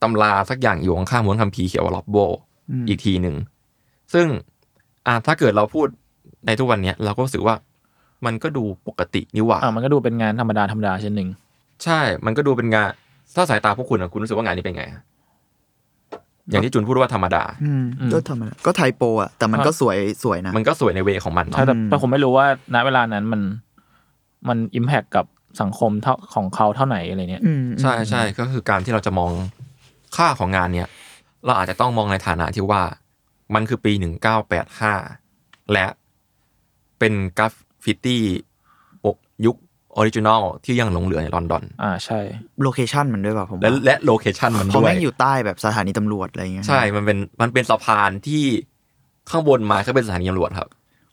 [SPEAKER 4] ตำราสักอย่างอยู่ข้างๆม้วนคัมภีร์เขียนว่า r o b b o อีกทีหนึ่ง ซึ่งอ่ะถ้าเกิดเราพูดในทุกวันเนี้ยเราก็รู้สึกว่ามันก็ดูปกตินี่หว่า
[SPEAKER 2] อ่ามันก็ดูเป็นงานธรรมดาธรรมดาเช่นหนึ่ง
[SPEAKER 4] ใช่ มันก็ดูเป็นงาน ถ้าสายตาพวกคุณอะคุณรู้สึกว่างานนี้เป็นไงอะ อย่างที่จุนพูดว่าธรรมดา
[SPEAKER 3] อืม
[SPEAKER 2] อืม
[SPEAKER 3] ก็ทำอะไรก็ไทโปอ่ะ แต่มันก็สวยสวยนะ
[SPEAKER 4] มันก็สวยในเวของมันเนอะ
[SPEAKER 2] ใช่แต่
[SPEAKER 3] อืม
[SPEAKER 2] แต่ผมไม่รู้ว่าณเวลานั้นมันมันอิมแพคกับสังคมเท่าของเขาเท่าไหร่อะไรเนี่ย
[SPEAKER 3] อืม
[SPEAKER 4] ใช่ใช่ก็คือการที่เราจะมองค่าของงานเนี่ย เราอาจจะต้องมองในฐานะที่ว่า มันคือปีหนึ่งเก้าแปดห้าและเป็นกราฟฟิตี้ยุคออริจินอลที่ยังหลงเหลือในลอนดอน
[SPEAKER 2] อ่าใช่
[SPEAKER 3] โลเคชันมันด้วยป่ะผม
[SPEAKER 4] และและโลเคชันมัน
[SPEAKER 3] เพราะ
[SPEAKER 4] ด้วย
[SPEAKER 3] แม่งอยู่ใต้แบบสถานีตำรวจอะไรอย่างเงี้ย
[SPEAKER 4] ใช่ มันเป็น มันเป็นสะพานที่ข้างบนมาก็เป็นสถานีตำรวจครับ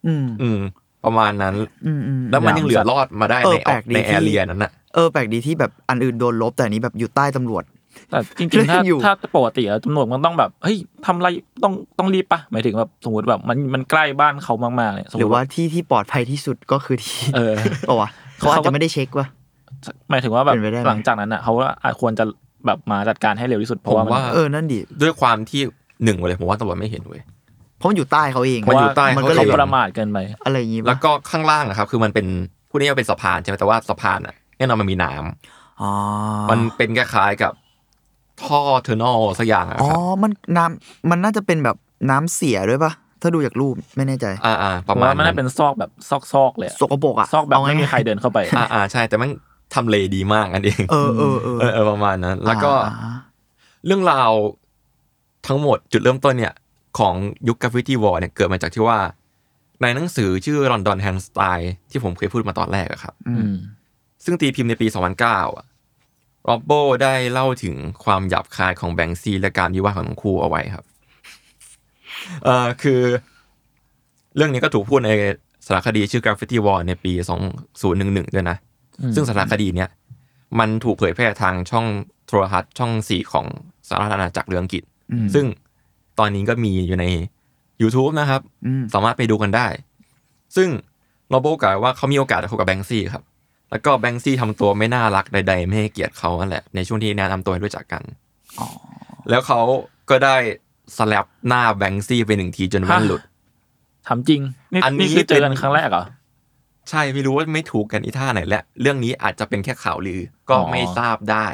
[SPEAKER 3] อืม
[SPEAKER 4] อืม ประมาณนั้น
[SPEAKER 3] อืมอืม
[SPEAKER 4] แล้วมันยังเหลือรอดมาได้
[SPEAKER 3] เอ
[SPEAKER 4] ใน
[SPEAKER 3] อแปลกดี
[SPEAKER 4] ใน
[SPEAKER 3] ที่
[SPEAKER 4] แอเรียนั้นน่ะ
[SPEAKER 3] เออแปลกดีที่แบบอันอื่นโดนลบ แต่อันนี้แบบอยู่ใต้ตำรวจ
[SPEAKER 2] แต่จริงๆ ถ้า
[SPEAKER 3] อยู่
[SPEAKER 2] ถ้าปกติอะตำรวจมันต้องแบบเฮ้ยทำอะไรต้องต้องรีบปะหมายถึงแบบสมมติแบบมันมันใกล้บ้านเขามากๆเนี่ยสม
[SPEAKER 3] ห
[SPEAKER 2] ม
[SPEAKER 3] รือ
[SPEAKER 2] ติ
[SPEAKER 3] ว่าที่ที่ปลอดภัยที่สุดก็คือที่
[SPEAKER 2] เออ
[SPEAKER 3] เปล่าวะเขาอาจ
[SPEAKER 2] เขาก็
[SPEAKER 3] จะไม่ได้เช็คว่ะ
[SPEAKER 2] หมายถึงว่าแบบ
[SPEAKER 3] เป็นไปได้ไหม
[SPEAKER 2] หลังจากนั้นอะเขาก็อาจควรจะแบบมาจัดการให้เร็วที่สุดเพราะว่า
[SPEAKER 4] ผมว่า
[SPEAKER 2] น
[SPEAKER 3] เออนั่นดิ
[SPEAKER 4] ด้วยความที่หนึ่งเลยผมว่าตำรวจไม่เห็นเว้ย
[SPEAKER 3] เพราะมันอยู่ใต้เขาเอง
[SPEAKER 4] มันอยู่ใต้
[SPEAKER 3] มัน
[SPEAKER 4] เขา
[SPEAKER 3] ก็เล
[SPEAKER 2] เขา
[SPEAKER 3] ย
[SPEAKER 4] เอง
[SPEAKER 2] ประมาทเกินไป
[SPEAKER 3] อะไรอย่างงี้ปะ
[SPEAKER 4] แล้วก็ข้างล่างนะครับ คือมันเป็นพูดง่ายๆว่าเป็นสะพานใช่ไหมแต่ว่าสะพานอ่ะแน่นอนมันมีน้ำ
[SPEAKER 3] อ๋อ
[SPEAKER 4] มันเป็นคล้ายๆกับท่อเทอร์นอลสักอย่างอะ
[SPEAKER 3] อ๋อ
[SPEAKER 4] ครับ
[SPEAKER 3] มันน้ำมันน่าจะเป็นแบบน้ำเสียด้วยป่ะถ้าดูจากรูปไม่แน่ใจ
[SPEAKER 4] อ่าๆประ
[SPEAKER 2] ผม
[SPEAKER 4] มาณ
[SPEAKER 2] ว่ามัน
[SPEAKER 4] นั้
[SPEAKER 2] น่าน เป็นซอกแบบซอกๆเลยอะ
[SPEAKER 3] สกปรกอ่ะ
[SPEAKER 2] ซอกแบบ
[SPEAKER 3] เา
[SPEAKER 2] ไม่มีใครเดินเข้าไป
[SPEAKER 4] อ่าอ่าๆใช่ แต่มันทำเลดีมากอันเอง
[SPEAKER 3] เออเออเออ
[SPEAKER 4] เออเออประมาณนั้น แล้วก็
[SPEAKER 3] อ่า
[SPEAKER 4] เรื่องราวทั้งหมดจุดเริ่มต้นเนี่ย ของยุคกราฟฟิตี้วอร์เนี่ยเกิดมาจากที่ว่า ในหนังสือชื่อ London Hand Style ที่ผมเคยพูดมาตอนแรกอะครับ
[SPEAKER 2] อืม
[SPEAKER 4] ซึ่งตีพิมพ์ในปี 2009อะโรอบโบได้เล่าถึงความหยาบคายของแบงซี่และการวิวาทของทั้งคู่เอาไว้ครับเอ่อคือ เรื่องนี้ก็ถูกพูดในสารคดีชื่อ Graffiti War ในปี 2011 ด้วยนะ ซึ่งสารคดีเนี่ยมันถูกเผยแพร่ทางช่องโทรทัศน์ช่อง 4 ของสหราชอาณาจักรเรืออังกฤษ
[SPEAKER 3] อืม
[SPEAKER 4] ซึ่งตอนนี้ก็มีอยู่ใน YouTube นะครับ
[SPEAKER 3] อืม
[SPEAKER 4] สามารถไปดูกันได้ ซึ่งโรโบกล่าวว่าเขามีโอกาสได้พบกับแบงซี่ครับ แล้วก็แบงซี่ทำตัวไม่น่ารักใด ๆ ไม่ให้เกียรติเขานั่นแหละ ในช่วงที่แนะนำตัวให้รู้จักกัน แล้วเขาก็ได้สแลปหน้าแบงซี่ไปหนึ่งทีจนแว่นหลุด
[SPEAKER 2] ถามจริง นี่
[SPEAKER 4] อันนี้
[SPEAKER 2] นี่คือเจอกันครั้งแรกเหรอ
[SPEAKER 4] ใช่ไม่รู้ว่าไม่ถูกกันอีท่าไหนแหละ เรื่องนี้อาจจะเป็นแค่ข่าวลือก็
[SPEAKER 2] อ๋อ
[SPEAKER 4] ไม่ทราบได้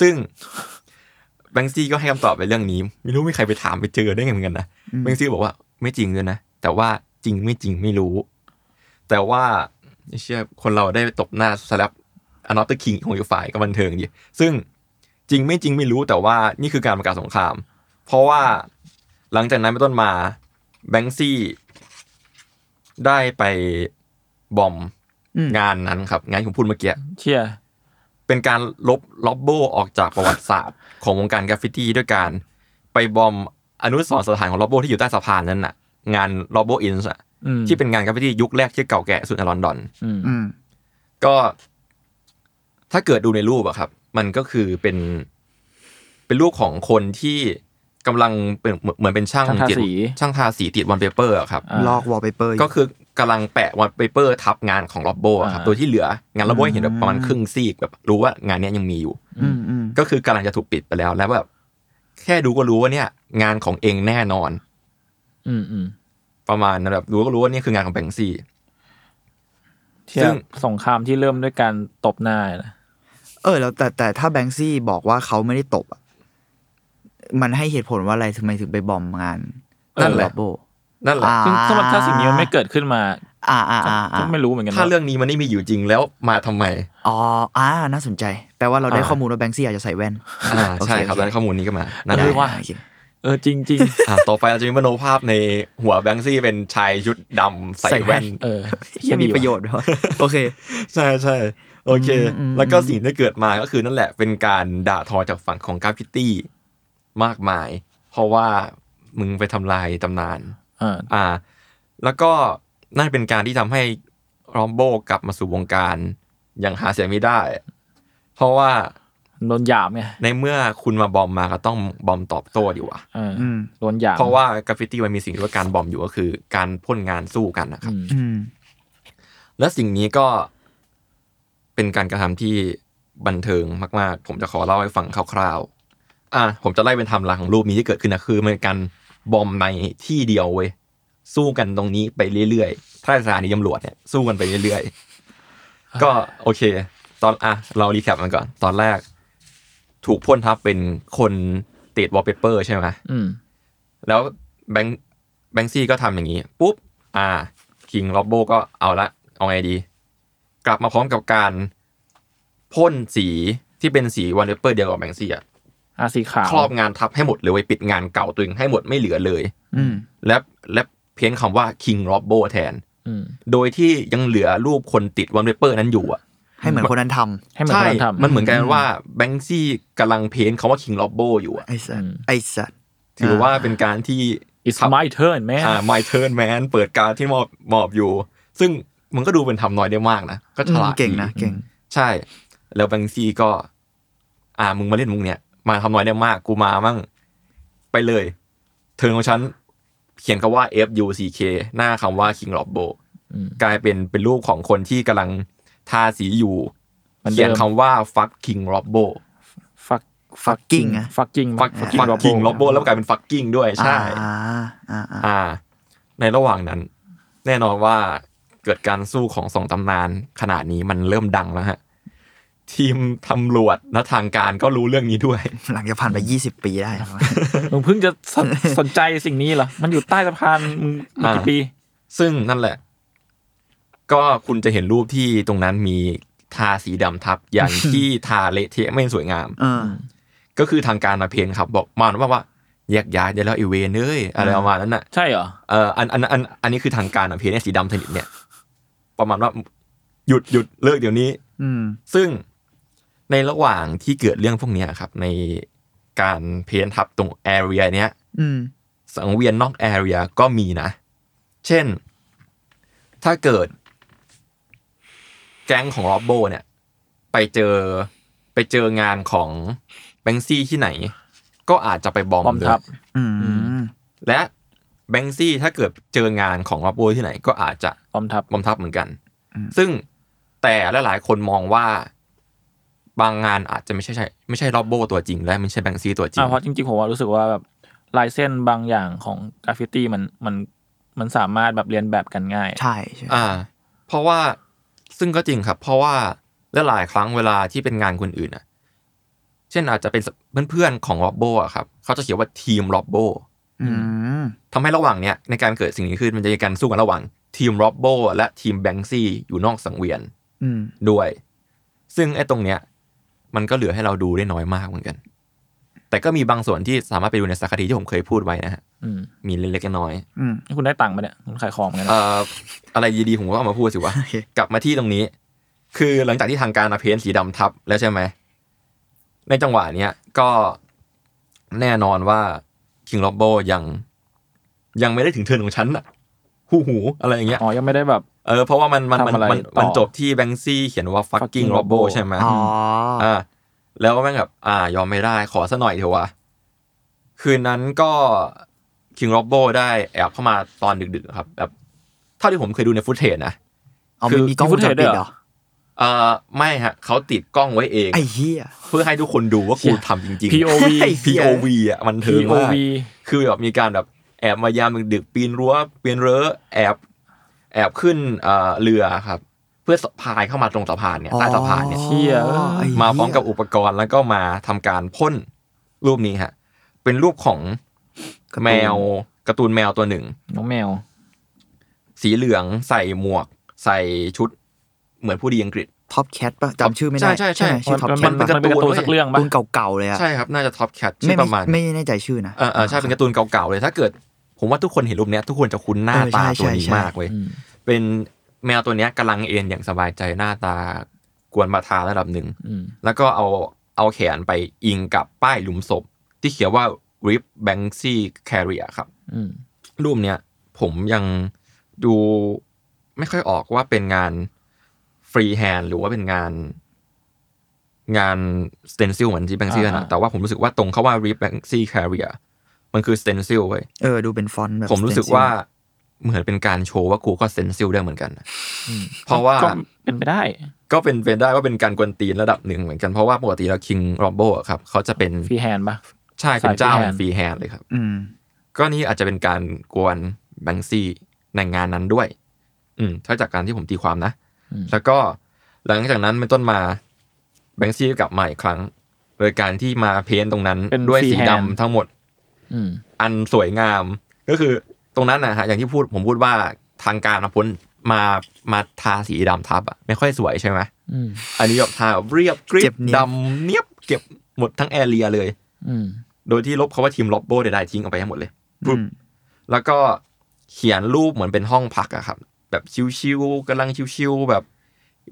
[SPEAKER 4] ซึ่งแบงซี่ก็ให้คำตอบไปเรื่องนี้ ไม่รู้มีใครไปถามไปเจอได้ไงเหมือนกันนะแบงซี่บอกว่าไม่จริงเลยนะ แต่ว่าจริงไม่จริงไม่รู้ แต่ว่าไอ้เชื่อคนเราได้ตบหน้าสลับอนอตเตอร์คิงของอีกฝ่ายก็บันเทิงดีซึ่งจริงไม่จริงไม่รู้แต่ว่านี่คือการประกาศสงคราม เพราะว่าหลังจากนั้นเป็นต้นมาแบงซี่ ได้ไปบอม
[SPEAKER 3] อืม
[SPEAKER 4] งานนั้นครับ งานที่ผมพูดเมื่อกี้
[SPEAKER 2] เชี่ย
[SPEAKER 4] เป็นการลบล็อบโบออกจากประวัติศาสตร์ ของวงการกราฟฟิตี้ด้วยการ ไปบอมอนุสรณ์สถานของล็อบโบที่อยู่ใต้สะพานนั่นน่ะ งานล็อบโบอินส์
[SPEAKER 2] อืม
[SPEAKER 4] ที่เป็นงานกราฟฟิตี้ยุคแรกที่เก่าแก่สุดในลอนดอน
[SPEAKER 2] อืม
[SPEAKER 3] อืม
[SPEAKER 4] ก็ถ้าเกิดดูในรูปอะครับ มันก็คือเป็นเป็นรูปของคนที่กำลังเป็นเหมือนเหมือนเป็นช่าง
[SPEAKER 2] ทางทา
[SPEAKER 4] ติด
[SPEAKER 2] สี
[SPEAKER 4] ช่างทาสีติดวันเปเปอร์ครับ
[SPEAKER 2] า
[SPEAKER 3] ลอกวอลเปเปอร์
[SPEAKER 4] ก็คือกำลังแปะวันเปเปอร์ทับงานของล็อบโบอะครับ
[SPEAKER 2] อ่า
[SPEAKER 4] ตัวที่เหลืองานล็อบโบเห็นแบบประมาณครึ่งซีกแบบรู้ว่างานเนี้ยยังมีอยู่
[SPEAKER 3] อืมอืม
[SPEAKER 4] ก็คือกำลังจะถูกปิดไปแล้วแล้วแบบแค่ดูก็รู้ว่าเนี่ย งานของเองแน่นอน
[SPEAKER 2] อืมอืม
[SPEAKER 4] ประมาณนั้นแบบรู้ก็รู้ว่าเนี่ยคืองานของแบงซี่
[SPEAKER 2] เชี่ย
[SPEAKER 4] ซึ่ง
[SPEAKER 2] สงครามที่เริ่มด้วยการตบหน้านะ
[SPEAKER 3] เออ แล้วแต่แต่ถ้าแบงค์ซี่บอกว่าเขาไม่ได้ตบอะมันให้เหตุผลว่าอะไรทำไมถึงไปบอมงาน
[SPEAKER 4] นั่นแหละ
[SPEAKER 3] โบ
[SPEAKER 4] นั่นแหละ
[SPEAKER 2] ซึ่งสำหรับถ้าสิ่งนี้มันไม่เกิดขึ้นมา
[SPEAKER 3] อ่าอ่าอ่าอ่า
[SPEAKER 2] ก็ไม่รู้เหมือนกันนะ
[SPEAKER 4] ถ้าเรื่องนี้มันไม่มีอยู่จริงแล้วมาทำไม
[SPEAKER 3] อ๋ออ่าน่าสนใจ แปลว่าเราได้
[SPEAKER 4] อ่า
[SPEAKER 3] ข้อมูลว่าแบงค์ซี่อาจจะใส่แว่น
[SPEAKER 4] อ่าใช่ครับ
[SPEAKER 3] โอเค
[SPEAKER 4] ได้ข้อมูลนี้ก็มานั่นแห
[SPEAKER 3] ได้
[SPEAKER 4] ละ
[SPEAKER 3] โอเค
[SPEAKER 2] เออจริงจริง
[SPEAKER 4] อ่ะต่อไปเราจะมีมโนภาพในหัวแบงซี่เป็นชายชุดดำใส่แว่น
[SPEAKER 2] ๆเออ
[SPEAKER 3] เหี้ยมีประโยชน์ด้วยวะโอเค
[SPEAKER 4] ใช่ใช่โอเค
[SPEAKER 3] อืม
[SPEAKER 4] แล้วก็สิ่งที่เกิดมาก็คือนั่นแหละเป็นการด่าทอจากฝั่งของกราฟฟิตี้มากมาย เพราะว่ามึงไปทำลายตำนาน
[SPEAKER 2] อ่า
[SPEAKER 4] อ่า แล้วก็นั่นเป็นการที่ทำให้รอมโบกลับมาสู่วงการอย่างหาเสียงไม่ได้ เพราะว่า
[SPEAKER 2] โดนหยามไง
[SPEAKER 4] ในเมื่อคุณมาบอมมาก็ต้องบอมตอบโต้ดีวะ
[SPEAKER 2] เอออ
[SPEAKER 3] อืม
[SPEAKER 2] โดนหยาม
[SPEAKER 4] เพราะว่ากราฟฟิตี้มันมีสิ่งที่ว่าการบอมอยู่ก็คือ การพ่นงานสู้กันนะครับ
[SPEAKER 2] อืม
[SPEAKER 3] อืม
[SPEAKER 4] และสิ่งนี้ก็เป็นการกระทำที่บันเทิงมาก ๆ ผมจะขอเล่าให้ฟังคร่าวๆ อ่ะผมจะไล่เป็นไทำลายของรูปนี้ที่เกิดขึ้นนะคือมันเป็นการบอมในที่เดียวเว้ยสู้กันตรงนี้ไปเรื่อยๆ ถ้าสถานีตำรวจเนี่ยสู้กันไปเรื่อยๆ ก็โอเค ตอนอ่ะเรารีแคปมันก่อน ตอนแรก ถูกพ่นทับเป็นคน ติดวอลเปเปอร์ใช่ไหม
[SPEAKER 2] อืม
[SPEAKER 4] แล้วแบงค์แบงค์ซี่ก็ทำอย่างนี้ ปุ๊บ อ่า คิงล็อบโบก็เอาละ เอาไงดี กลับมาพร้อมกับการพ่นสีที่เป็นสีวอลเปเปอร์เดียวกับแบงค์ซี่อะ
[SPEAKER 2] อาสีขาว
[SPEAKER 4] ครอบงานทับให้หมดเลยเว้ยปิดงานเก่าตัวเองให้หมดไม่เหลือเลย
[SPEAKER 3] อืม
[SPEAKER 4] และและเพี้ยนคำว่าคิงล็อบโบแทน
[SPEAKER 2] อืม
[SPEAKER 4] โดยที่ยังเหลือรูปคนติดวอลเปเปอร์นั้นอยู่อะ
[SPEAKER 3] ให้เหมือนคนนั้นทำ
[SPEAKER 2] ให้เหมัน
[SPEAKER 4] ใช่
[SPEAKER 2] คนทำ
[SPEAKER 4] มันเหมือนกันว่าแบงค์ซี่กำลังเพ้นท์คำว่าคิงล็อบโบอยู่อะ
[SPEAKER 3] ไอ้สัต
[SPEAKER 2] อื
[SPEAKER 3] ว์
[SPEAKER 2] ม
[SPEAKER 3] ไอ้สัตว์
[SPEAKER 4] ถือว่าเป็นการที่
[SPEAKER 2] it's
[SPEAKER 4] ทำ
[SPEAKER 2] my turn แม่
[SPEAKER 4] อ่า my turn man เปิดการดที่มอบมอบอยู่ ซึ่งมันก็ดูเป็นทำน้อยได้มากนะ ก็ฉลาด
[SPEAKER 3] เก่งนะ
[SPEAKER 4] ดี
[SPEAKER 3] เก่ง
[SPEAKER 4] ใช่ แล้วแบงค์ซี่ก็ อ่า มึงมาเล่นมึงเนี่ย มาทำน้อยได้มาก กูมามั่ง ไปเลย เทิร์นของฉัน เขียนคำว่า F U C K หน้าคำว่า King Lobbo กลายเป็นเป็นรูปของคนที่กำลังทาสีอยู่
[SPEAKER 2] หมือน
[SPEAKER 4] เขี
[SPEAKER 2] ดิ
[SPEAKER 4] ยน
[SPEAKER 2] ม
[SPEAKER 4] คำว่า fuck King Lobbo
[SPEAKER 2] fuck
[SPEAKER 3] fucking อะ
[SPEAKER 2] fucking
[SPEAKER 4] ฟักกิงล็อบโบแล้วกลายเป็นฟักกิ้งด้วยใช่
[SPEAKER 3] อ่าอ่าอ่า
[SPEAKER 4] อ่า ในระหว่างนั้น แน่นอนว่าเกิดการสู้ของสองตำนานขนาดนี้มันเริ่มดังแล้วฮะ ทีมตำรวจและทางการก็รู้เรื่องนี้ด้วย
[SPEAKER 3] หลังจากผ่านไป 20 ปีได้
[SPEAKER 2] มึงเพิ่งจะสน สนใจสิ่งนี้เหรอ มันอยู่ใต้สะพานมึงมากี่
[SPEAKER 4] อ่า
[SPEAKER 2] ปี
[SPEAKER 4] ซึ่งนั่นแหละ ก็คุณจะเห็นรูปที่ตรงนั้นมีทาสีดำทับ อย่างที่ทาเละเทะไม่สวยงาม
[SPEAKER 3] เออ
[SPEAKER 4] ก็คือทางการมาเพนครับ บอกมาว่าว่าแยกย้ายได้แล้วไอีเวนเอ้ยอะไรประมาณนั้นน่ะ
[SPEAKER 2] ใช่เหรอ
[SPEAKER 4] เอ่ออันอันอันอันนี้คือทางการอ่ะเพจเนี่ยสีดำสนิทเนี่ย ประมาณว่าหยุดหยุดเลิกเดี๋ยวนี้
[SPEAKER 3] อืม
[SPEAKER 4] ซึ่งในระหว่างที่เกิดเรื่องพวกเนี้ยครับ ในการเพนทับตรงแอเรียเนี้ย
[SPEAKER 3] อืม
[SPEAKER 4] สังเวียนนอกแอเรียก็มีนะ เช่น ถ้าเกิด แก๊งของรอบโบเนี่ย ไปเจอไปเจองานของแบงซี่ที่ไหน ก็อาจจะไปบอม
[SPEAKER 2] บอม
[SPEAKER 4] ด้ว
[SPEAKER 2] ทั
[SPEAKER 4] ย
[SPEAKER 2] บ
[SPEAKER 3] อืม
[SPEAKER 4] และแบงซี่ถ้าเกิดเจองานของรับโบที่ไหน ก็อาจจะ
[SPEAKER 2] บอมทับ
[SPEAKER 4] บอมทับเหมือนกัน
[SPEAKER 3] อืม
[SPEAKER 4] ซึ่งแต่ละหลายๆคนมองว่าบางงานอาจจะไม่ใช่ใช่ไม่ใช่รอบโบตัวจริง และไม่ใช่แบงซี่ตัวจริง
[SPEAKER 2] อ่ะเพราะจริงๆผมว่ารู้สึกว่าแบบลายเส้นบางอย่างของกราฟฟิตี้มันมันมันสามารถแบบเรียนแบบกันง่าย
[SPEAKER 3] ใช่ใช่
[SPEAKER 4] อ่า เพราะว่าซึ่งก็จริงครับ เพราะว่าหลายๆครั้งเวลาที่เป็นงานคนอื่นอ่ะ เช่นอาจจะเป็นเพื่อนๆของรอบโบอะครับ เขาจะเขียนว่าทีมรอบโบ
[SPEAKER 3] อืม
[SPEAKER 4] ทำให้ระหว่างเนี้ยในการเกิดสิ่งนี้ขึ้นมันจะมีการสู้กันระหว่าง ทีมรอบโบและทีมแบงซี่อยู่นอกสังเวียน
[SPEAKER 3] อืม
[SPEAKER 4] ด้วย ซึ่งไอ้ตรงเนี้ย มันก็เหลือให้เราดูได้น้อยมากเหมือนกัน แต่ก็มีบางส่วนที่สามารถไปดูในสารคดีที่ผมเคยพูดไว้นะฮะ
[SPEAKER 2] อืม
[SPEAKER 4] มีเล็กๆน้อย
[SPEAKER 3] อืม
[SPEAKER 2] นี่คุณได้ตังค์ไหมเนี่ยคุณขายของเหมือนกันนะ
[SPEAKER 4] ๆเอ่ออะไรดีๆผมก็เอามาพูดสิ วะ
[SPEAKER 3] โอเค
[SPEAKER 4] กลับมาที่ตรงนี้ คือหลังจากที่ทางการอาเพนสีดำทับแล้วใช่ไหม ในจังหวะเนี้ยก็แน่นอนว่าคิงล็อบโบยัง ยังไม่ได้ถึงเทิร์นของฉันอะหูหูอะไรอย่างเงี้ย
[SPEAKER 2] อ๋อ ยังไม่ได้แบบ
[SPEAKER 4] เออเพราะว่ามันมันมัน
[SPEAKER 2] ทำอะไร
[SPEAKER 4] มัน
[SPEAKER 2] ต่อ
[SPEAKER 4] มันจบที่แบงซี่เขียนว่า fucking
[SPEAKER 2] Fucking
[SPEAKER 4] robbo
[SPEAKER 2] Robbo
[SPEAKER 4] ใช่ไหม
[SPEAKER 3] อ๋อ
[SPEAKER 4] อ่าแล้วก็แม่งแบบอ่ายอมไม่ได้ขอซะหน่อยเถอะวะ คืนนั้นก็คิงโรบโบได้แอบเข้ามาตอนดึกๆครับ แบบเท่าที่ผมเคยดูในฟุตเทจนะ
[SPEAKER 3] เอา
[SPEAKER 4] คื
[SPEAKER 3] ไม่
[SPEAKER 4] อ
[SPEAKER 3] มีกล้องวงจรปิดเหรอ
[SPEAKER 4] เอ่อไม่ฮะเขาติดกล้องไว้เอง
[SPEAKER 3] ไอ้เหี้ย
[SPEAKER 4] เพื่อให้ทุกคนดูว่ากู
[SPEAKER 2] เชี่ย
[SPEAKER 4] ทำจริง
[SPEAKER 2] POV
[SPEAKER 3] ไอ้เหี้ย
[SPEAKER 4] POV อ่ะมันเทิงมาก
[SPEAKER 2] POV
[SPEAKER 4] คือแบบมีการแบบแอบมายามดึกๆปีนรั้วปีนเร้อแอบแอบขึ้นเอ่อเรือครับ เพื่อสะพายเข้ามาตรงสะพานเนี่ยใต้สะพานเนี่ย
[SPEAKER 3] อ๋อ
[SPEAKER 2] เหี้ย
[SPEAKER 3] ไเหี้ย
[SPEAKER 4] มาพร้อมกับอุปกรณ์แล้วก็มาทำการพ่นรูปนี้ฮะ เป็นรูปของ
[SPEAKER 3] การ์ตูน
[SPEAKER 4] แมวการ์ตูนแมวตัวหนึ่ง
[SPEAKER 2] น้องแมว
[SPEAKER 4] สีเหลืองใส่หมวก ใส่ชุด เหมือนผู้ดีอังกฤษ
[SPEAKER 3] ท็อปแคทปะจำชื่อไม่ได้
[SPEAKER 4] ใช่ใช่ใช่
[SPEAKER 3] ชื่อท็อป
[SPEAKER 2] มัน
[SPEAKER 3] แค
[SPEAKER 2] มั
[SPEAKER 3] ท
[SPEAKER 2] น
[SPEAKER 4] มั
[SPEAKER 2] เป็น น
[SPEAKER 4] เป็
[SPEAKER 2] กาน
[SPEAKER 4] การ์ตูน
[SPEAKER 2] ร์ตูนสักเรื่อง
[SPEAKER 3] ปะ
[SPEAKER 2] ปะ
[SPEAKER 3] ตูนเก่าๆเลยอะ
[SPEAKER 4] ใช่ครับ น่าจะท็อปแคทชื่
[SPEAKER 3] ไม่
[SPEAKER 4] อประมาณ
[SPEAKER 3] ไม่ไม่แน่ใจชื่อนะ
[SPEAKER 4] เออเออใช่เป็นการ์ตูนเก่าๆเลย ถ้าเกิด ผมว่าทุกคนเห็นรูปเนี้ยทุกคนจะคุ้นหน้า
[SPEAKER 3] เออใช่
[SPEAKER 4] ตาตัวนี้
[SPEAKER 3] ใช่
[SPEAKER 4] มากเว้ย
[SPEAKER 2] อืม
[SPEAKER 4] เป็นแมวตัวเนี้ยกำลังเอ็นอย่างสบายใจหน้าตากวนมาทาระดับหนึ่ง
[SPEAKER 2] อืม
[SPEAKER 4] แล้วก็เอาเอาแขนไปอิงกับป้ายหลุมศพ ที่เขียนว่า Rip Banksy Carrier ครับ
[SPEAKER 2] อืม
[SPEAKER 4] รูปเนี้ยผมยังดูไม่ค่อยออกว่าเป็นงานฟรีแฮนหรือว่าเป็นงาน งานสเตนซิลเหมือนที่แบงซี่นะแต่ว่าผมรู้สึกว่าตรงเขาว่า Rip Banksy Carrier มันคือสเตนซิลเว้ย
[SPEAKER 3] เออ ดูเป็นฟอนต์แบบ
[SPEAKER 4] ผมรู้สึก
[SPEAKER 3] stencil
[SPEAKER 4] ว่าเหมือนเป็นการโชว์ว่ากูก็สเตนซิลได้เหมือนกันนะ
[SPEAKER 2] อืม
[SPEAKER 4] เพราะว่า
[SPEAKER 2] ก็เป็นไปได้
[SPEAKER 4] ก็เป็นเป็นได้ว่าเป็นการกวนตีนระดับหนึ่งเหมือนกันเพราะว่าปกติแล้วคิงโรบโบครับเขาจะเป็น
[SPEAKER 2] ฟรีแฮนด์ปะ
[SPEAKER 4] ใช่เป็นเจ้า
[SPEAKER 2] สาย
[SPEAKER 4] ฟรีแฮนด์เลยครับ
[SPEAKER 3] อืม
[SPEAKER 4] ก็นี่อาจจะเป็นการกวนแบงซี่ในงานนั้นด้วย อืมถ้าจากการที่ผมตีความนะ
[SPEAKER 2] อืม
[SPEAKER 4] แล้วก็หลังจากนั้นเป็นต้นมาแบงซี่กลับมาอีกครั้ง แบ ดยการที่มาเพ้นท์ตรงนั้น
[SPEAKER 2] เป็น
[SPEAKER 4] ด้วยสี
[SPEAKER 2] freehand
[SPEAKER 4] ดำทั้งหมด
[SPEAKER 2] อืม
[SPEAKER 4] อันสวยงามก็คือตรงนั้นนะฮะอย่างที่พูดผมพูดว่าทางการนะพ้นมามาทาสีดำทับอะไม่ค่อยสวยใช่ไหม
[SPEAKER 2] อืม
[SPEAKER 4] อันนี้แบบทาเรียบกริ
[SPEAKER 3] เจ็
[SPEAKER 4] บบ
[SPEAKER 3] เนียบ
[SPEAKER 4] ดำเนียบเก็บหมดทั้งแอเรียเลย
[SPEAKER 2] อืม
[SPEAKER 4] โดยที่ลบคาว่าทีมล็อบโบใดๆทิ้งออกไปให้หมดเลย
[SPEAKER 3] อืม
[SPEAKER 4] แล้วก็เขียนรูปเหมือนเป็นห้องพักอะครับ แบบชิวๆกำลังชิวๆแบบ